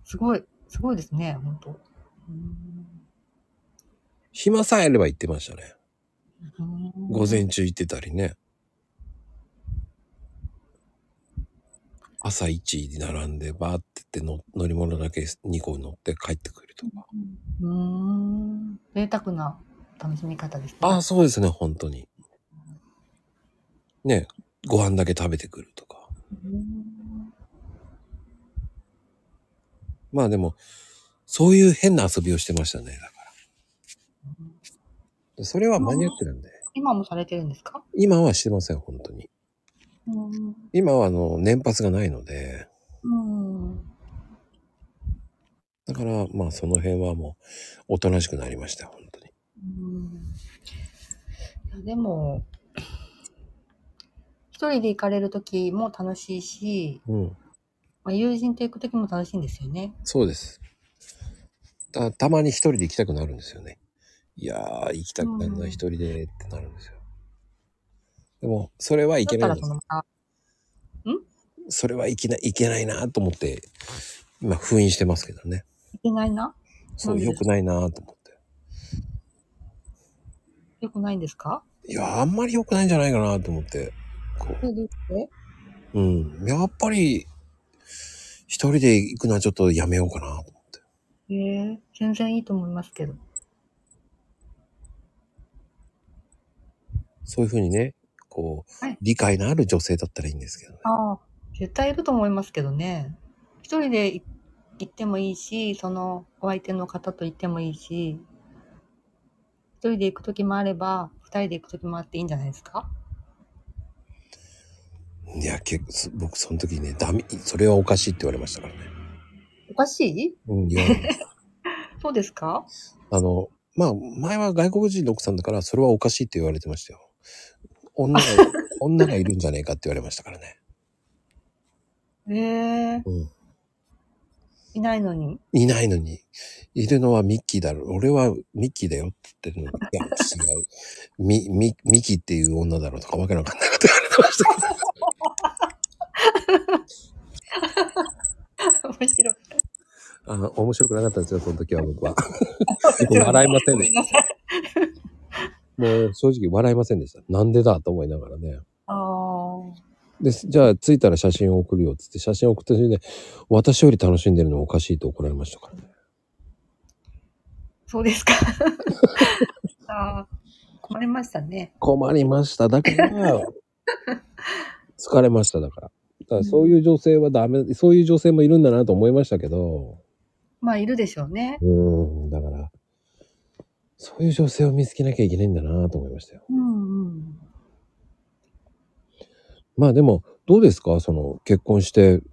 B: すごい、すごいですね、本当うーん
A: 暇さえあれば行ってましたね。
B: うーん
A: 午前中行ってたりね。朝1時並んでバーってっての乗り物だけ2個乗って帰ってくるとか。
B: うーん。贅沢な楽しみ方ですね。
A: ああ、そうですね、本当に。ね、ご飯だけ食べてくるとか。
B: うーん
A: まあでも、そういう変な遊びをしてましたね、だから。それはマニアックなんで。
B: 今もされてるんですか
A: 今はしてません、本当に。
B: うーん。
A: 今はあの、年発がないので、
B: う
A: だからまあその辺はもう、おとなしくなりました、本当に。
B: ん。いやでも、一人で行かれる時も楽しいし、
A: うん。
B: まあ、友人と行く時も楽しいんですよね。
A: そうです。たたまに一人で行きたくなるんですよね。いやー、行きたくなる
B: う
A: な、
B: ん
A: 一人でってなるんですよ。でも、それはいけ
B: だ
A: な
B: っ
A: い
B: たらそのまた
A: です。それはいけない、いけないなと思って、今封印してますけどね。
B: いけないな
A: そ
B: なん
A: う、
B: で
A: 良くないなと思っ
B: よくないんですか
A: て。いや、あんまり良くないんじゃないかなと思って。こ
B: それでいいって
A: う、うん。やっぱり、一人で行くのはちょっとやめようかなと思って。
B: ええ全然いいと思いますけど。
A: そういうふうにね、こう、
B: はい
A: 理解のある女性だったらいいんですけどね。
B: ああ、絶対いると思いますけどね。一人でい行ってもいいし、そのお相手の方と行ってもいいし、一人で行くときもあれば、二人で行くときもあっていいんじゃないですか
A: いや、結構、そ僕その時ね、ダメ、それはおかしいって言われましたからね。
B: おかしい
A: うん、言われます
B: そうですか
A: あの、 [LAUGHS] まあ、前は外国人の奥さんだから、それはおかしいって言われてましたよ。女が、女がいるんじゃねえかって言われましたからね。
B: ええ
A: うん。
B: いないのに。
A: いないのに、いるのはミッキーだろ。俺はミッキーだよって言ってるのに、いや、違う。 [LAUGHS] ミ、ミ、ミキっていう女だろうとかわけのわかんないこと言われてましたけど。
B: [LAUGHS] 面白い。
A: あの、面白くなかったですよ、その時は僕は。笑いません
B: ご
A: で
B: め
A: し
B: んなさい。
A: た。もう正直笑いませんでした。なんでだと思いながらね。
B: ああ。
A: で、じゃあ着いたら写真を送るよっつって写真を送った時で、私より楽しんでるのおかしいと怒られましたからね。
B: そうです [LAUGHS] か。ああ、困りましたね。
A: 困りました。だから疲れました。だから。だからそういう女性はダメ、そういう女性もいるんだなと思いましたけど、
B: まあ、いるでしょうね。
A: うーん、だから、そういう女性を見つけなきゃいけないんだなと思いましたよ。
B: うんうん。
A: まあでも、どうですかその、結婚して、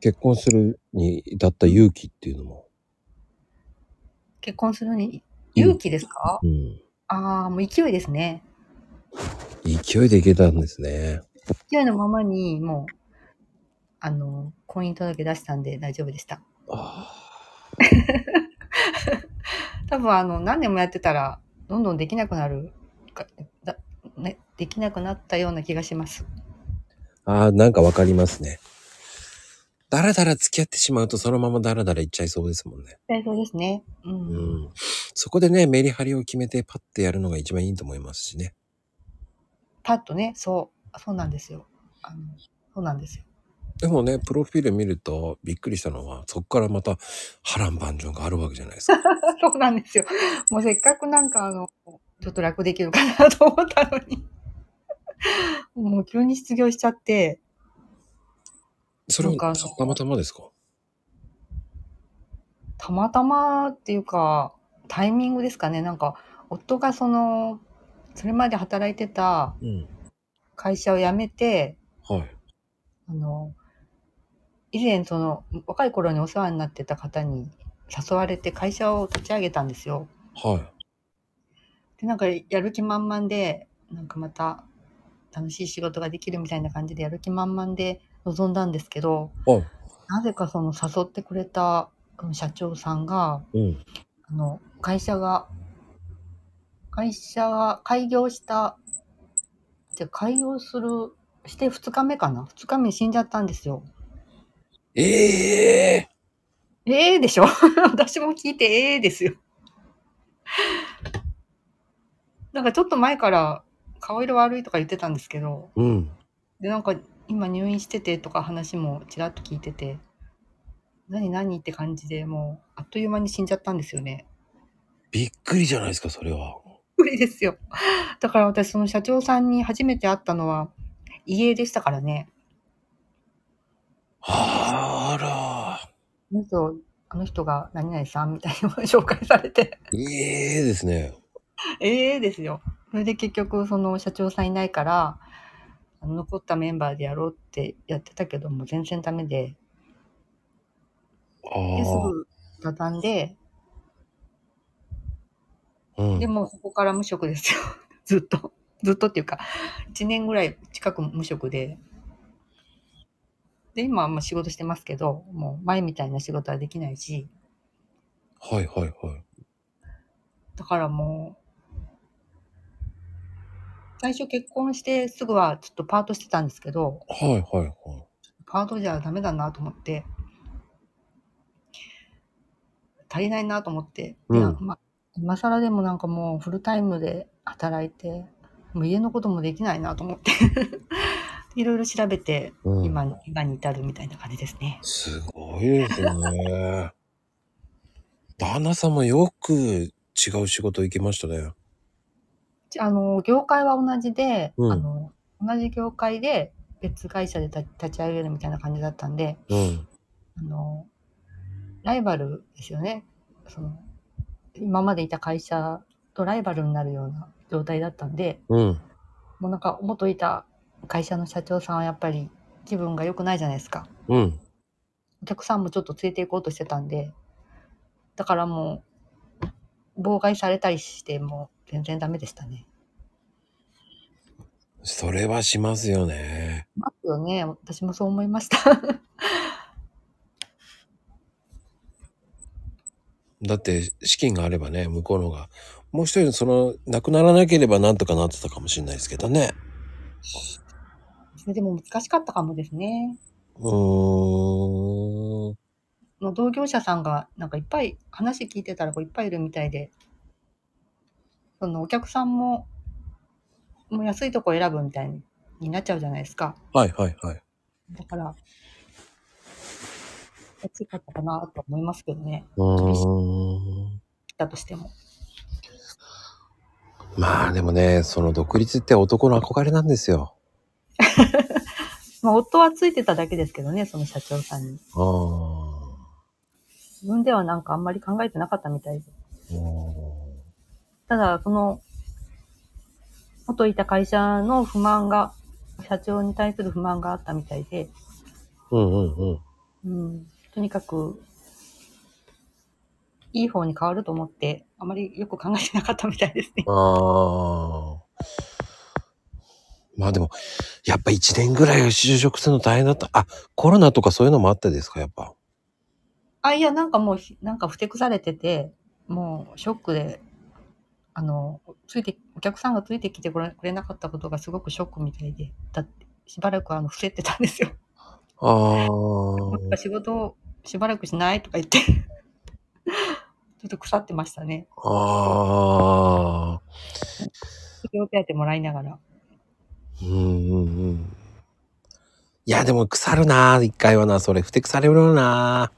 A: 結婚するに至った勇気っていうのも。
B: 結婚するに勇気ですか、
A: うん。
B: ああ、もう勢いですね。
A: 勢いでいけたんですね。
B: 勢いのままに、もう、あの、婚姻届出したんで大丈夫でした。
A: あ
B: 多分、あの、何年もやってたら、どんどんできなくなるか、だね、できなくなったような気がします。
A: あー、なんかわかりますね。だらだら付き合ってしまうとそのままだらだらいっちゃいそうですもんね。
B: えそうですね。うん。
A: うん。そこでね、メリハリを決めてパッてやるのが一番いいと思いますしね。
B: パッとね、そう、そうなんですよ。あのそうなんですよ。
A: でもね、プロフィール見るとびっくりしたのは、そこからまた波乱万丈があるわけじゃないです
B: [LAUGHS]
A: か。
B: [LAUGHS] そうなんですよ。もうせっかくなんかあの、ちょっと楽できるかなと思ったのに。もう急に失業しちゃって、
A: それ
B: なんかあ
A: は
B: の
A: たまたまですか
B: たまたまっていうか、タイミングですかね。なんか、夫がその、それまで働いてた
A: うん。
B: 会社を辞めて、
A: はい。
B: あの、以前その、若い頃にお世話になってた方に誘われて会社を立ち上げたんですよ。
A: は
B: で、なんかやる気満々で、なんかまた楽しい仕事ができるみたいな感じでやる気満々で臨んだんですけど、
A: い。はい。
B: なぜかその誘ってくれたあの社長さんが、
A: うん。
B: あの、会社が、会社が開業した、で開業する、して2日目かな ?2 日目に死んじゃったんですよ。
A: ええ
B: ええでしょ [LAUGHS] 私も聞いてええですよ。なんかちょっと前から顔色悪いとか言ってたんですけど、
A: うん。
B: で、なんか今入院しててとか話もちらっと聞いてて、何何って感じでもうあっという間に死んじゃったんですよね。
A: びっくりじゃないですか、それは。
B: 無理ですよ。だから私その社長さんに初めて会ったのは遺影でしたからね。
A: あら。
B: あの人、あの人が何々さんみたいなのを [LAUGHS] 紹介されて、
A: ええですね。
B: ええですよ。それで結局その社長さんいないから、あの残ったメンバーでやろうってやってたけども全然ダメで、
A: あ
B: です
A: あ。
B: ぐ畳んで、
A: うん
B: でも、そこから無職ですよ。 [LAUGHS] ずっと。ずっとっていうか、1年ぐらい近く無職で。で、今はまあ仕事してますけど、もう前みたいな仕事はできないし、
A: はいはいはい。
B: だからもう、最初結婚してすぐはちょっとパートしてたんですけど、
A: はいはいはい。
B: パートじゃダメだなと思って、足りないなと思って、で
A: うん
B: ま今更でもなんかもうフルタイムで働いて、もう家のこともできないなと思って、 [LAUGHS] いろいろ調べて、
A: うん、
B: 今に、今に至るみたいな感じですね。
A: すごいですね。旦那様よく違う仕事行きましたね。
B: ちあの、業界は同じで、
A: うん
B: あの、同じ業界で別会社で立立ち上げるみたいな感じだったんで、
A: うん。
B: あの、ライバルですよね。その、今までいた会社とライバルになるような状態だったんで、
A: うん。
B: もうなんか元いた会社の社長さんはやっぱり気分が良くないじゃないですか。
A: うん。
B: お客さんもちょっと連れて行こうとしてたんで、だからもう、妨害されたりして、もう全然ダメでしたね。
A: それはしますよね。
B: ますよね。私もそう思いました。 [LAUGHS]
A: だって資金があればね、向こうの方が。もう一人その、亡くならなければなんとかなってたかもしれないですけどね。
B: それでも難しかったかもですね。
A: うーん。
B: の同業者さんがなんかいっぱい話聞いてたらこういっぱいいるみたいで、そのお客さんももう安いとこ選ぶみたいになっちゃうじゃないですか。
A: はいはいはい。
B: だから、安かったかなと思いますけどね。
A: うーん。
B: だとしても。
A: まあでもね、その独立って男の憧れなんですよ。
B: まあ夫はついてただけですけどね、その社長さんに。
A: ああ。
B: 自分ではなんかあんまり考えてなかったみたいで。
A: うん
B: ただ、その、元いた会社の不満が、社長に対する不満があったみたいで、
A: うんうんうん。
B: うん、とにかく、いい方に変わると思って、あまりよく考えてなかったみたいですね。 [LAUGHS]
A: ああ。まあでも、やっぱ一年ぐらい就職するの大変だった。あ、コロナとかそういうのもあってですか、やっぱ。
B: あ、いや、なんかもうひ、なんかふてくされてて、もうショックで、あの、ついて、お客さんがついてきてくれくれなかったことがすごくショックみたいで、だって、しばらくあの、伏せてたんですよ。
A: ああ。
B: なんか仕事をしばらくしないとか言って、 [LAUGHS] ちょっと腐ってましたね。
A: ああ。
B: 失業手当もらいながら。
A: うんうんうん。いや、でも腐るな、一回はな、それ、ふてくされるな。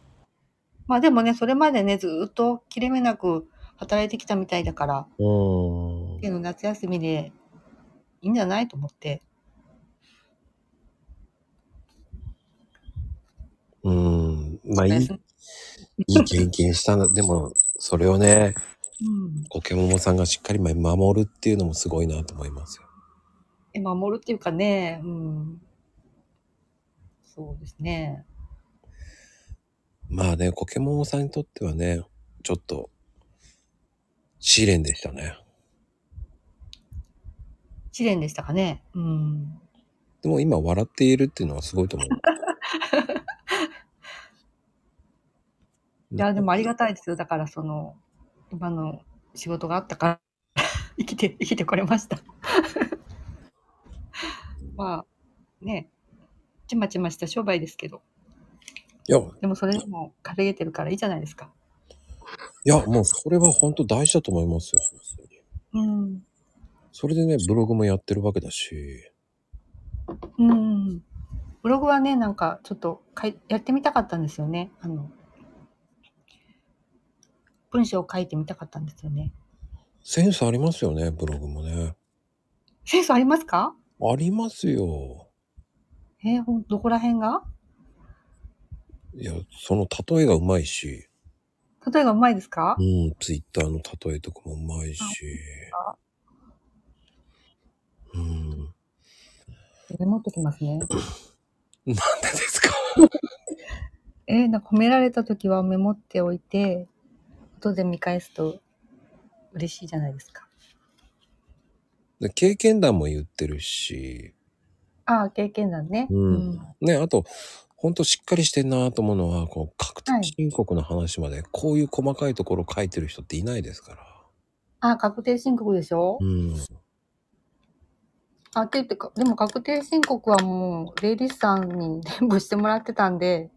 B: まあでもね、それまでね、ずーっと切れ目なく働いてきたみたいだから、
A: うん。
B: けど夏休みでいいんじゃないと思って。
A: うん。まあ、いい、
B: う
A: いい経験したんだ。でも、それをね、
B: ん。
A: コケモモさんがしっかり守るっていうのもすごいなと思いますよ。
B: え、守るっていうかね、うん。そうですね。
A: まあね、ポケモンさんにとってはね、ちょっと、試練でしたね。
B: 試練でしたかね。うん。
A: でも今笑っているっていうのはすごいと思う。
B: いや、でもありがたいですよ。だからその、今の仕事があったから [LAUGHS] 生きて生きてこれました [LAUGHS] まあねちまちました商売ですけど
A: いや、
B: でもそれでも稼げてるからいいじゃないですか
A: いや、もうそれは本当大事だと思いますよ。
B: うん
A: それでね、ブログもやってるわけだし。
B: うんブログはねなんかちょっとかいやってみたかったんですよねあの文章を書いてみたかったんですよね
A: センスありますよね、ブログもね。
B: センスありますか
A: ありますよ。
B: えーほんどこら辺が
A: いや、その例えがうまいし、
B: 例えばうまいですか
A: うん、ツイッターの例えとかもうまいし。うん。なん
B: メモっときますね
A: でですか [LAUGHS]
B: えーなんか褒められた時はメモっておいて後で見返すと嬉しいじゃないですか
A: で経験談も言ってるし、
B: ああ経験談ね
A: うん。ね、あと、本当しっかりしてんなと思うのは、こう、確定申告の話まで、こういう細かいところ書いてる人っていないですから。
B: ああ確定申告でしょ、
A: うん。
B: あけどかでも確定申告はもう税理士さんに全部してもらってたんで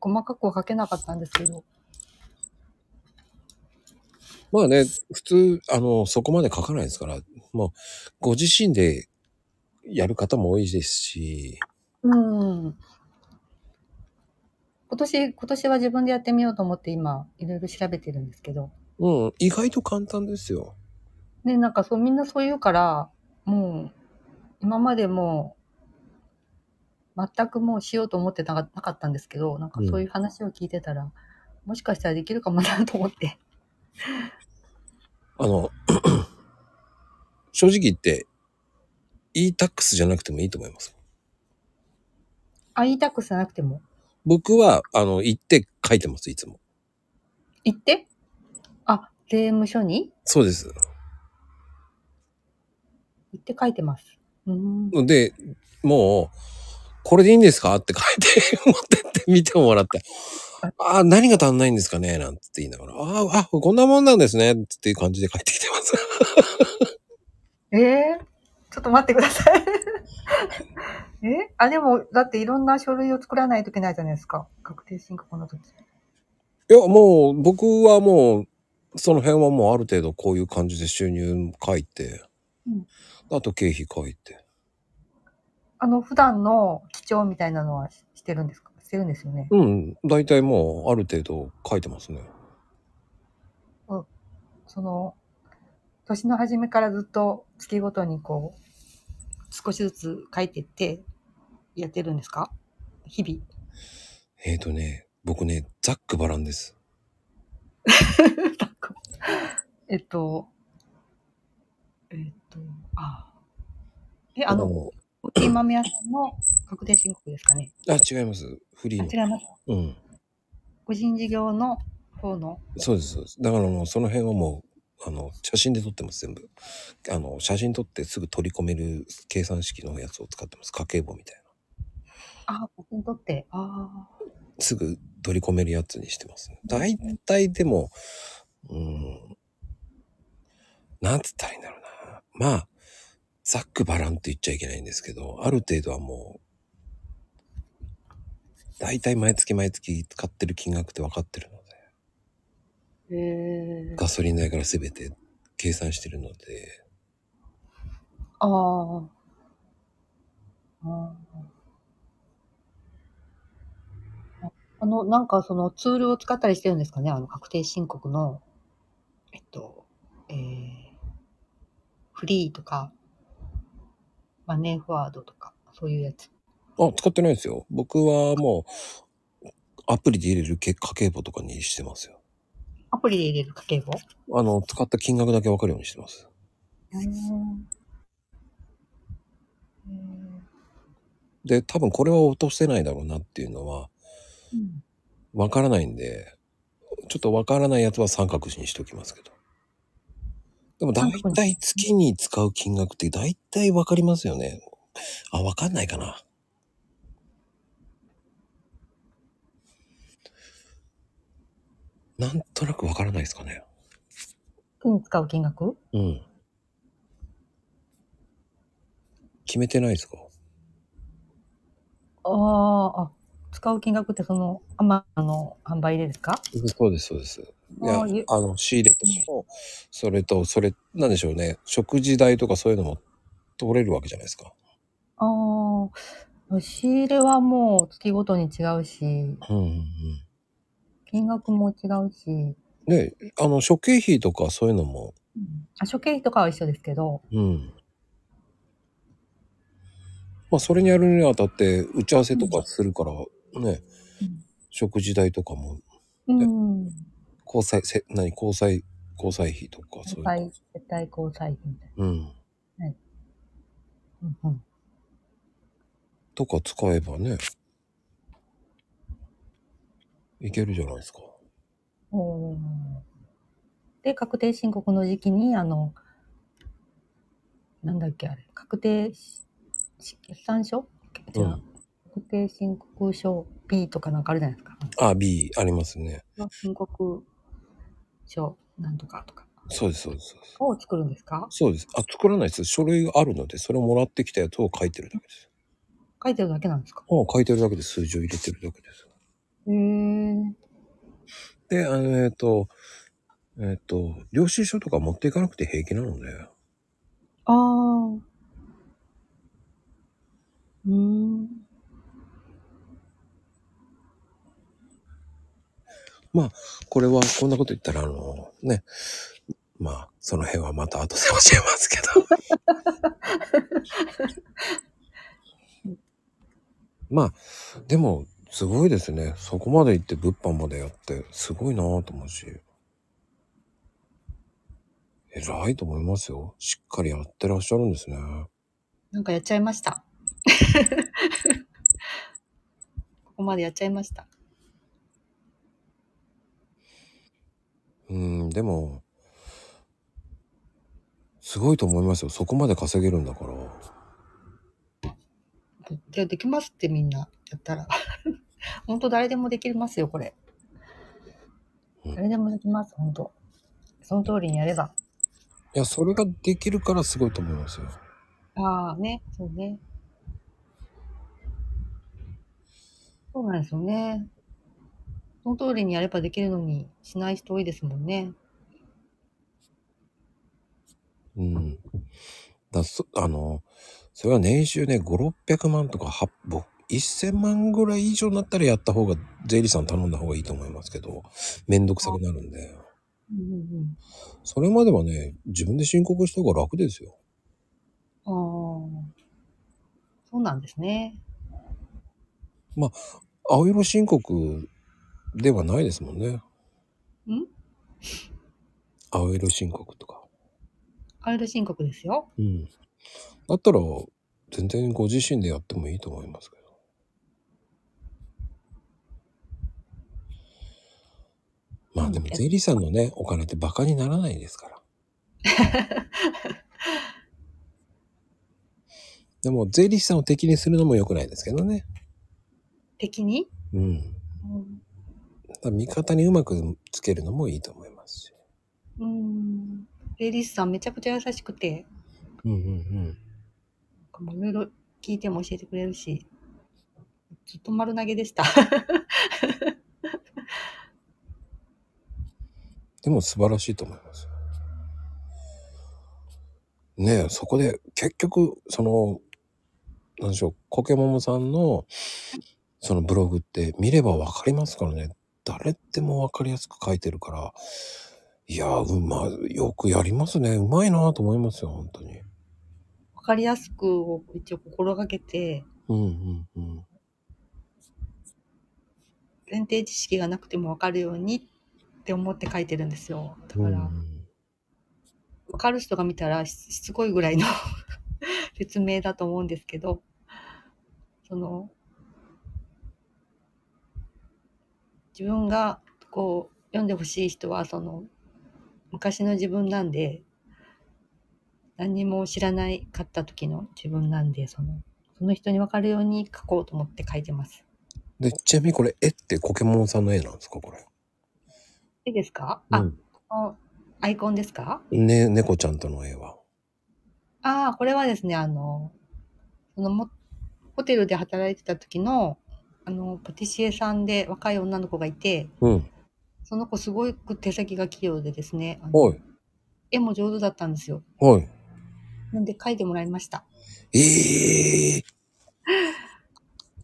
B: 細かくは書けなかったんですけど
A: まあね、普通、あの、そこまで書かないですから、まあ、ご自身でやる方も多いですし、
B: うん今年今年は自分でやってみようと思って今いろいろ調べてるんですけど
A: うん、意外と簡単ですよ。
B: ね、なんかそう、みんなそう言うから、もう、今までもう、全くもうしようと思ってなかなかったんですけど、なんかそういう話を聞いてたら、もしかしたらできるかもなと思って。
A: あの、正直言って、e-tax じゃなくてもいいと思います。
B: あ、e タックスじゃなくても。
A: 僕は、あの、行って書いてます、いつも。
B: 行ってあ、税務署に
A: そうです。
B: 行って書いてます。うーん。
A: ので、もう、これでいいんですかって書いて持ってって見てもら [LAUGHS] って、ああ、何が足んないんですかねなんつって言いながら、あーあ、こんなもんなんですねっていう感じで帰ってきてます。 [LAUGHS]
B: えー、ちょっと待ってください。 [LAUGHS] えあ、でも、だっていろんな書類を作らないといけないじゃないですか。確定申告の時。
A: いや、もう、僕はもう、その辺はもうある程度こういう感じで収入書いて、
B: うん
A: あと経費書いて。
B: あの、普段の基調みたいなのはししてるんですかしてるんですよね。
A: うん、大体もうある程度書いてますね。
B: その、年の初めからずっと月ごとにこう、少しずつ書いてってやってるんですか日々。
A: えーとね、僕ね、ざっくばらんです。
B: なんかえっと、えっと、あえ、あの、
A: の、
B: コーヒー豆屋さんの確定申告ですかね。
A: あ、違います。フリー
B: あ
A: の
B: ち。らの
A: うん。
B: 個人事業の方の、
A: そうです、そうです。だからもうその辺はもう、あの、写真で撮ってます、全部。あの、写真撮ってすぐ取り込める計算式のやつを使ってます。家計簿みたいな。
B: あ、僕にとって、ああ、
A: すぐ取り込めるやつにしてます。大体でも、うん、なんつったらいいんだろうな。まあ、ざっくばらんって言っちゃいけないんですけど、ある程度はもう、大体毎月毎月使ってる金額って分かってるので、
B: へえ
A: ガソリン代から全て計算してるので、
B: ああ。あああの、なんかそのツールを使ったりしてるんですかねあの確定申告の、えっと、えー、フリーとか、マネーフォワードとか、そういうやつ。
A: あ、使ってないですよ。僕はもう、アプリで入れるけ家計簿とかにしてますよ。
B: アプリで入れる家計簿
A: あの、使った金額だけ分かるようにしてます。
B: うん。うん
A: で、多分これは落とせないだろうなっていうのは、わからないんで、ちょっとわからないやつは三角詞にしておきますけど。でも大
B: 三角
A: 体月に使う金額って大体わかりますよね。あ、わかんないかな。なんとなくわからないですかね。
B: 手に使う金額
A: うん。決めてないですか
B: あーあ、使う金額ってその、アマの販売でですか
A: そうです、そうです。いや
B: あーゆ、
A: あの、仕入れとかも、それと、それ、なんでしょうね、食事代とかそういうのも取れるわけじゃないですか。
B: ああ、仕入れはもう月ごとに違うし、
A: うんうんうん。
B: 金額も違うし、
A: ね、あの、諸経費とかそういうのも、
B: あ諸経費とかは一緒ですけど、
A: うん。まあ、それにやるにあたって、打ち合わせとかするから、ね、
B: うん
A: 食事代とかも、
B: うん、
A: 交際、せ何、交際、交際費とか、そう
B: 絶
A: いうの。
B: 対、絶対交際費みたい
A: うん。
B: な。うんうん、
A: とか使えばね、いけるじゃないですか。
B: おーで、確定申告の時期に、あの、なんだっけ、あれ、確定しし決算書違う、
A: うん
B: 確定申告書 P とかなんかあるじゃないですか。
A: あ、B ありますね。
B: 申告書なんとかとか
A: そうです、そうです。そうです
B: を作るんですか
A: そうです。あ、作らないです。書類があるので、それをもらってきたやつを書いてるだけです。
B: 書いてるだけなんですか
A: あ書いてるだけで数字を入れてるだけです。
B: へえ。
A: で、あのえっ、と、えっ、と、領収書とか持っていかなくて平気なので、
B: ああ。うーん。
A: これはこんなこと言ったら、あの、ね、まあ、その辺はまた後で教えますけど。まあ、でも、すごいですね。そこまで行って物販までやって、すごいなぁと思うし。偉いと思いますよ。しっかりやってらっしゃるんですね。
B: なんかやっちゃいま [LAUGHS] した。ここまでやっちゃいました。
A: うん、でも、すごいと思いますよ。そこまで稼げるんだから。
B: じゃあできますってみんなやったら。 [LAUGHS] 本当誰でもできますよ、これ。
A: うん
B: 誰でもできます、本当その通りにやれば。
A: いや、それができるからすごいと思いますよ。
B: ああ、ね、そうね。そうなんですよね。その通りにやればできるのにしない人多いですもんね。
A: うん。だそ、あの、それは年収ね、5、600万とか、は僕、1000万ぐらい以上になったらやった方が、税理士さん頼んだ方がいいと思いますけど、めんどくさくなるんで、
B: うんうん
A: それまではね、自分で申告した方が楽ですよ。
B: うん。ああ。そうなんですね。
A: 青色申告ではないですもんね。
B: ん
A: 青色申告とか。
B: アイル申告ですよ。
A: うん。だったら、全然ご自身でやってもいいと思いますけど。まあでも
B: うん
A: 税理士さんのね、お金ってバカにならないです [LAUGHS] から。でも税理士さんを敵にするのも良くないですけどね。
B: 敵に、
A: うん。
B: うん、
A: ただ味方にうまくつけるのもいいと思いますし。
B: うん。税理士さんめちゃくちゃ優しくて、
A: うんうんうん。
B: なんかもういろいろ聞いても教えてくれるし、ずっと丸投げでした。 [LAUGHS]
A: でも素晴らしいと思いますよ。ねえ、そこで結局、その、なんでしょう、コケモモさんの、そのブログって見ればわかりますからね。誰でもわかりやすく書いてるから、いやー、うまい、よくやりますね。うまいなと思いますよ、本当に。
B: わかりやすくを一応心がけて、
A: うんうんうん。
B: 前提知識がなくても分かるようにって思って書いてるんですよだから、
A: うんう
B: わ
A: ん
B: 分かる人が見たらししつこいぐらいの [LAUGHS] 説明だと思うんですけどその自分がこう読んでほしい人はその昔の自分なんで何にも知らないかった時の自分なんでそのその人に分かるように書こうと思って書いてます。
A: で、ちなみにこれ、絵ってコケモモさんの絵なんですか、これ。
B: いいですか、
A: う
B: あ、
A: ん。
B: このアイコンですか
A: ね、猫ちゃんとの絵は。
B: ああ、これはですね、あの、そのもホテルで働いてた時の、あの、パティシエさんで若い女の子がいて、
A: うん。
B: その子すごく手先が器用でですね、あの
A: はい。
B: 絵も上手だったんですよ。
A: はい。
B: なんで描いてもらいました。
A: ええー、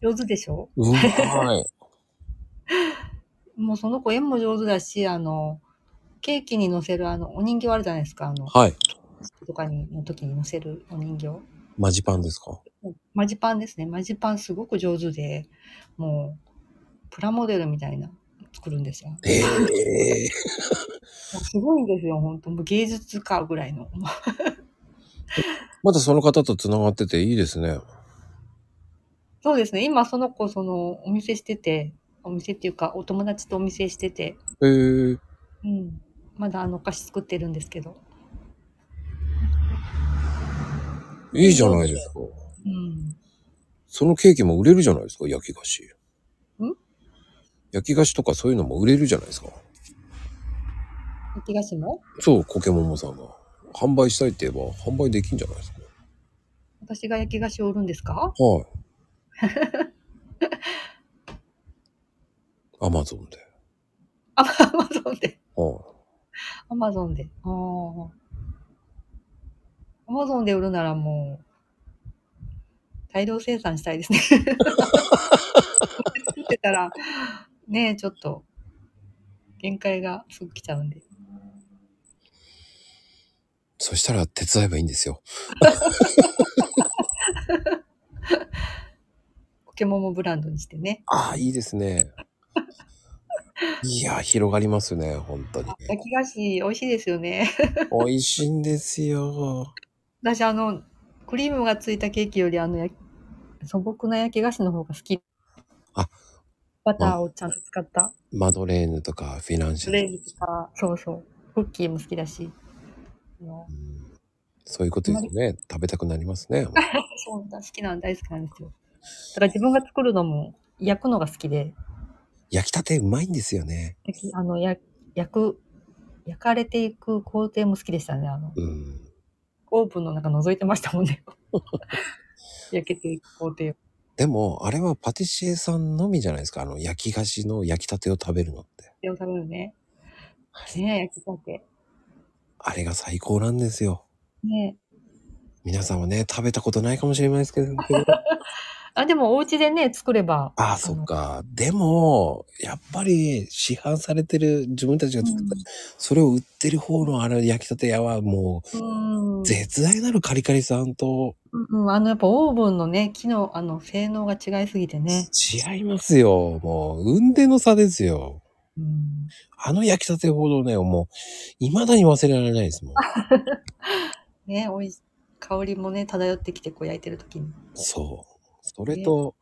B: 上手でしょ
A: うまい。
B: もうその子絵も上手だし、あの、ケーキに乗せるあの、お人形あるじゃないですか、あの、
A: はい。
B: とかにの時に乗せるお人形。
A: マジパンですか
B: マジパンですね。マジパンすごく上手で、もう、プラモデルみたいな作るんですよ。も
A: ええ
B: うすごいんですよ、本当もう芸術家ぐらいの。 [LAUGHS] まあ
A: まだその方と繋がってていいですね。
B: そうですね。今、その子、その、お店してて、お店っていうか、お友達とお店してて、
A: ええー、
B: うん。まだあの、お菓子作ってるんですけど。
A: いいじゃないですか。
B: うん。
A: そのケーキも売れるじゃないですか、焼き菓子。
B: ん
A: 焼き菓子とかそういうのも売れるじゃないですか。
B: 焼き菓子も
A: そう、コケモモさんが。販売したいって言えば販売できんじゃないですか。
B: 私が焼き菓子を売るんですか [LAUGHS]
A: はい。アマゾンで。
B: アマアマゾンで。
A: は
B: アマゾンで。ああ。アマゾンで売るならもう、大量生産したいですね。 [LAUGHS] 作ってたら、ねえ、ちょっと、限界がすぐ来ちゃうんで。
A: い。そしたら手伝えばいいんですよ。
B: ポケモンもブランドにしてね。
A: ああ、いいですね。いや、広がりますね、本当に。
B: 焼き菓子美味しいですよね。 [LAUGHS]
A: 美味しいんですよ。
B: 私あの、クリームがついたケーキよりあの、や素朴な焼き菓子の方が好き。
A: あ
B: バターをちゃんと使った。
A: マドレーヌとかフィナンシ
B: ト
A: ェ
B: レー
A: ル。
B: ニとか、そうそう。クッキーも好きだし。あの
A: うんそういうことですよね。食べたくなりますね。
B: そうなんだ、好きなん大好きなんですよ。だから自分が作るのも、焼くのが好きで、
A: 焼きたてうまいんですよね。
B: 焼きあの、や焼く、焼かれていく工程も好きでしたね。あの、
A: うん。
B: オーブンの中覗いてましたもんね。焼けていく工程を。
A: でも、あれはパティシエさんのみじゃないですか。あの、焼き菓子の焼きたてを食べるのって。
B: 手を食べるね。ねえ、焼きたて。
A: あれが最高なんですよ。
B: ねえ。
A: 皆さんはね、食べたことないかもしれないですけど。
B: あ、でもお家でね、作れば。
A: ああ、そっか。でも、やっぱり市販されてる自分たちが作った、
B: うん
A: それを売ってる方のあの焼きたて屋はもう、
B: うん。
A: 絶大なるカリカリさんと
B: うん、あの、やっぱオーブンのね、機能、あの、性能が違いすぎてね。
A: 違いますよ。もう、運転の差ですよ。
B: うん。
A: あの焼きたてほどね、もう、未だに忘れられないですもん。
B: ねえ、おいし、香りもね、漂ってきて、こう焼いてる時に。
A: そう。それと、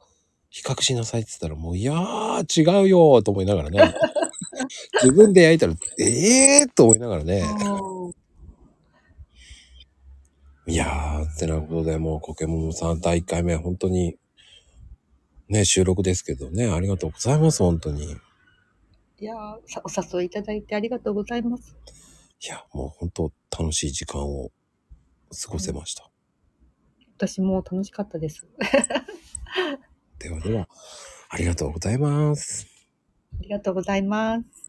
A: 比較しなさいって言ったら、もう、いやー、違うよーと思いながらね。 [LAUGHS] 自分で焼いたら、ええー、と思いながらね。
B: うん
A: いやー、ってなことでもう、コケモモさん第1回目、本当に、ね、収録ですけどね、ありがとうございます、本当に。い
B: いやーさお誘いいただいてありがとうございます。
A: や、もう本当、楽しい時間を過ごせました。
B: 私も楽しかったです。あ
A: ではでは、ありがとうございます。
B: りがとうございます。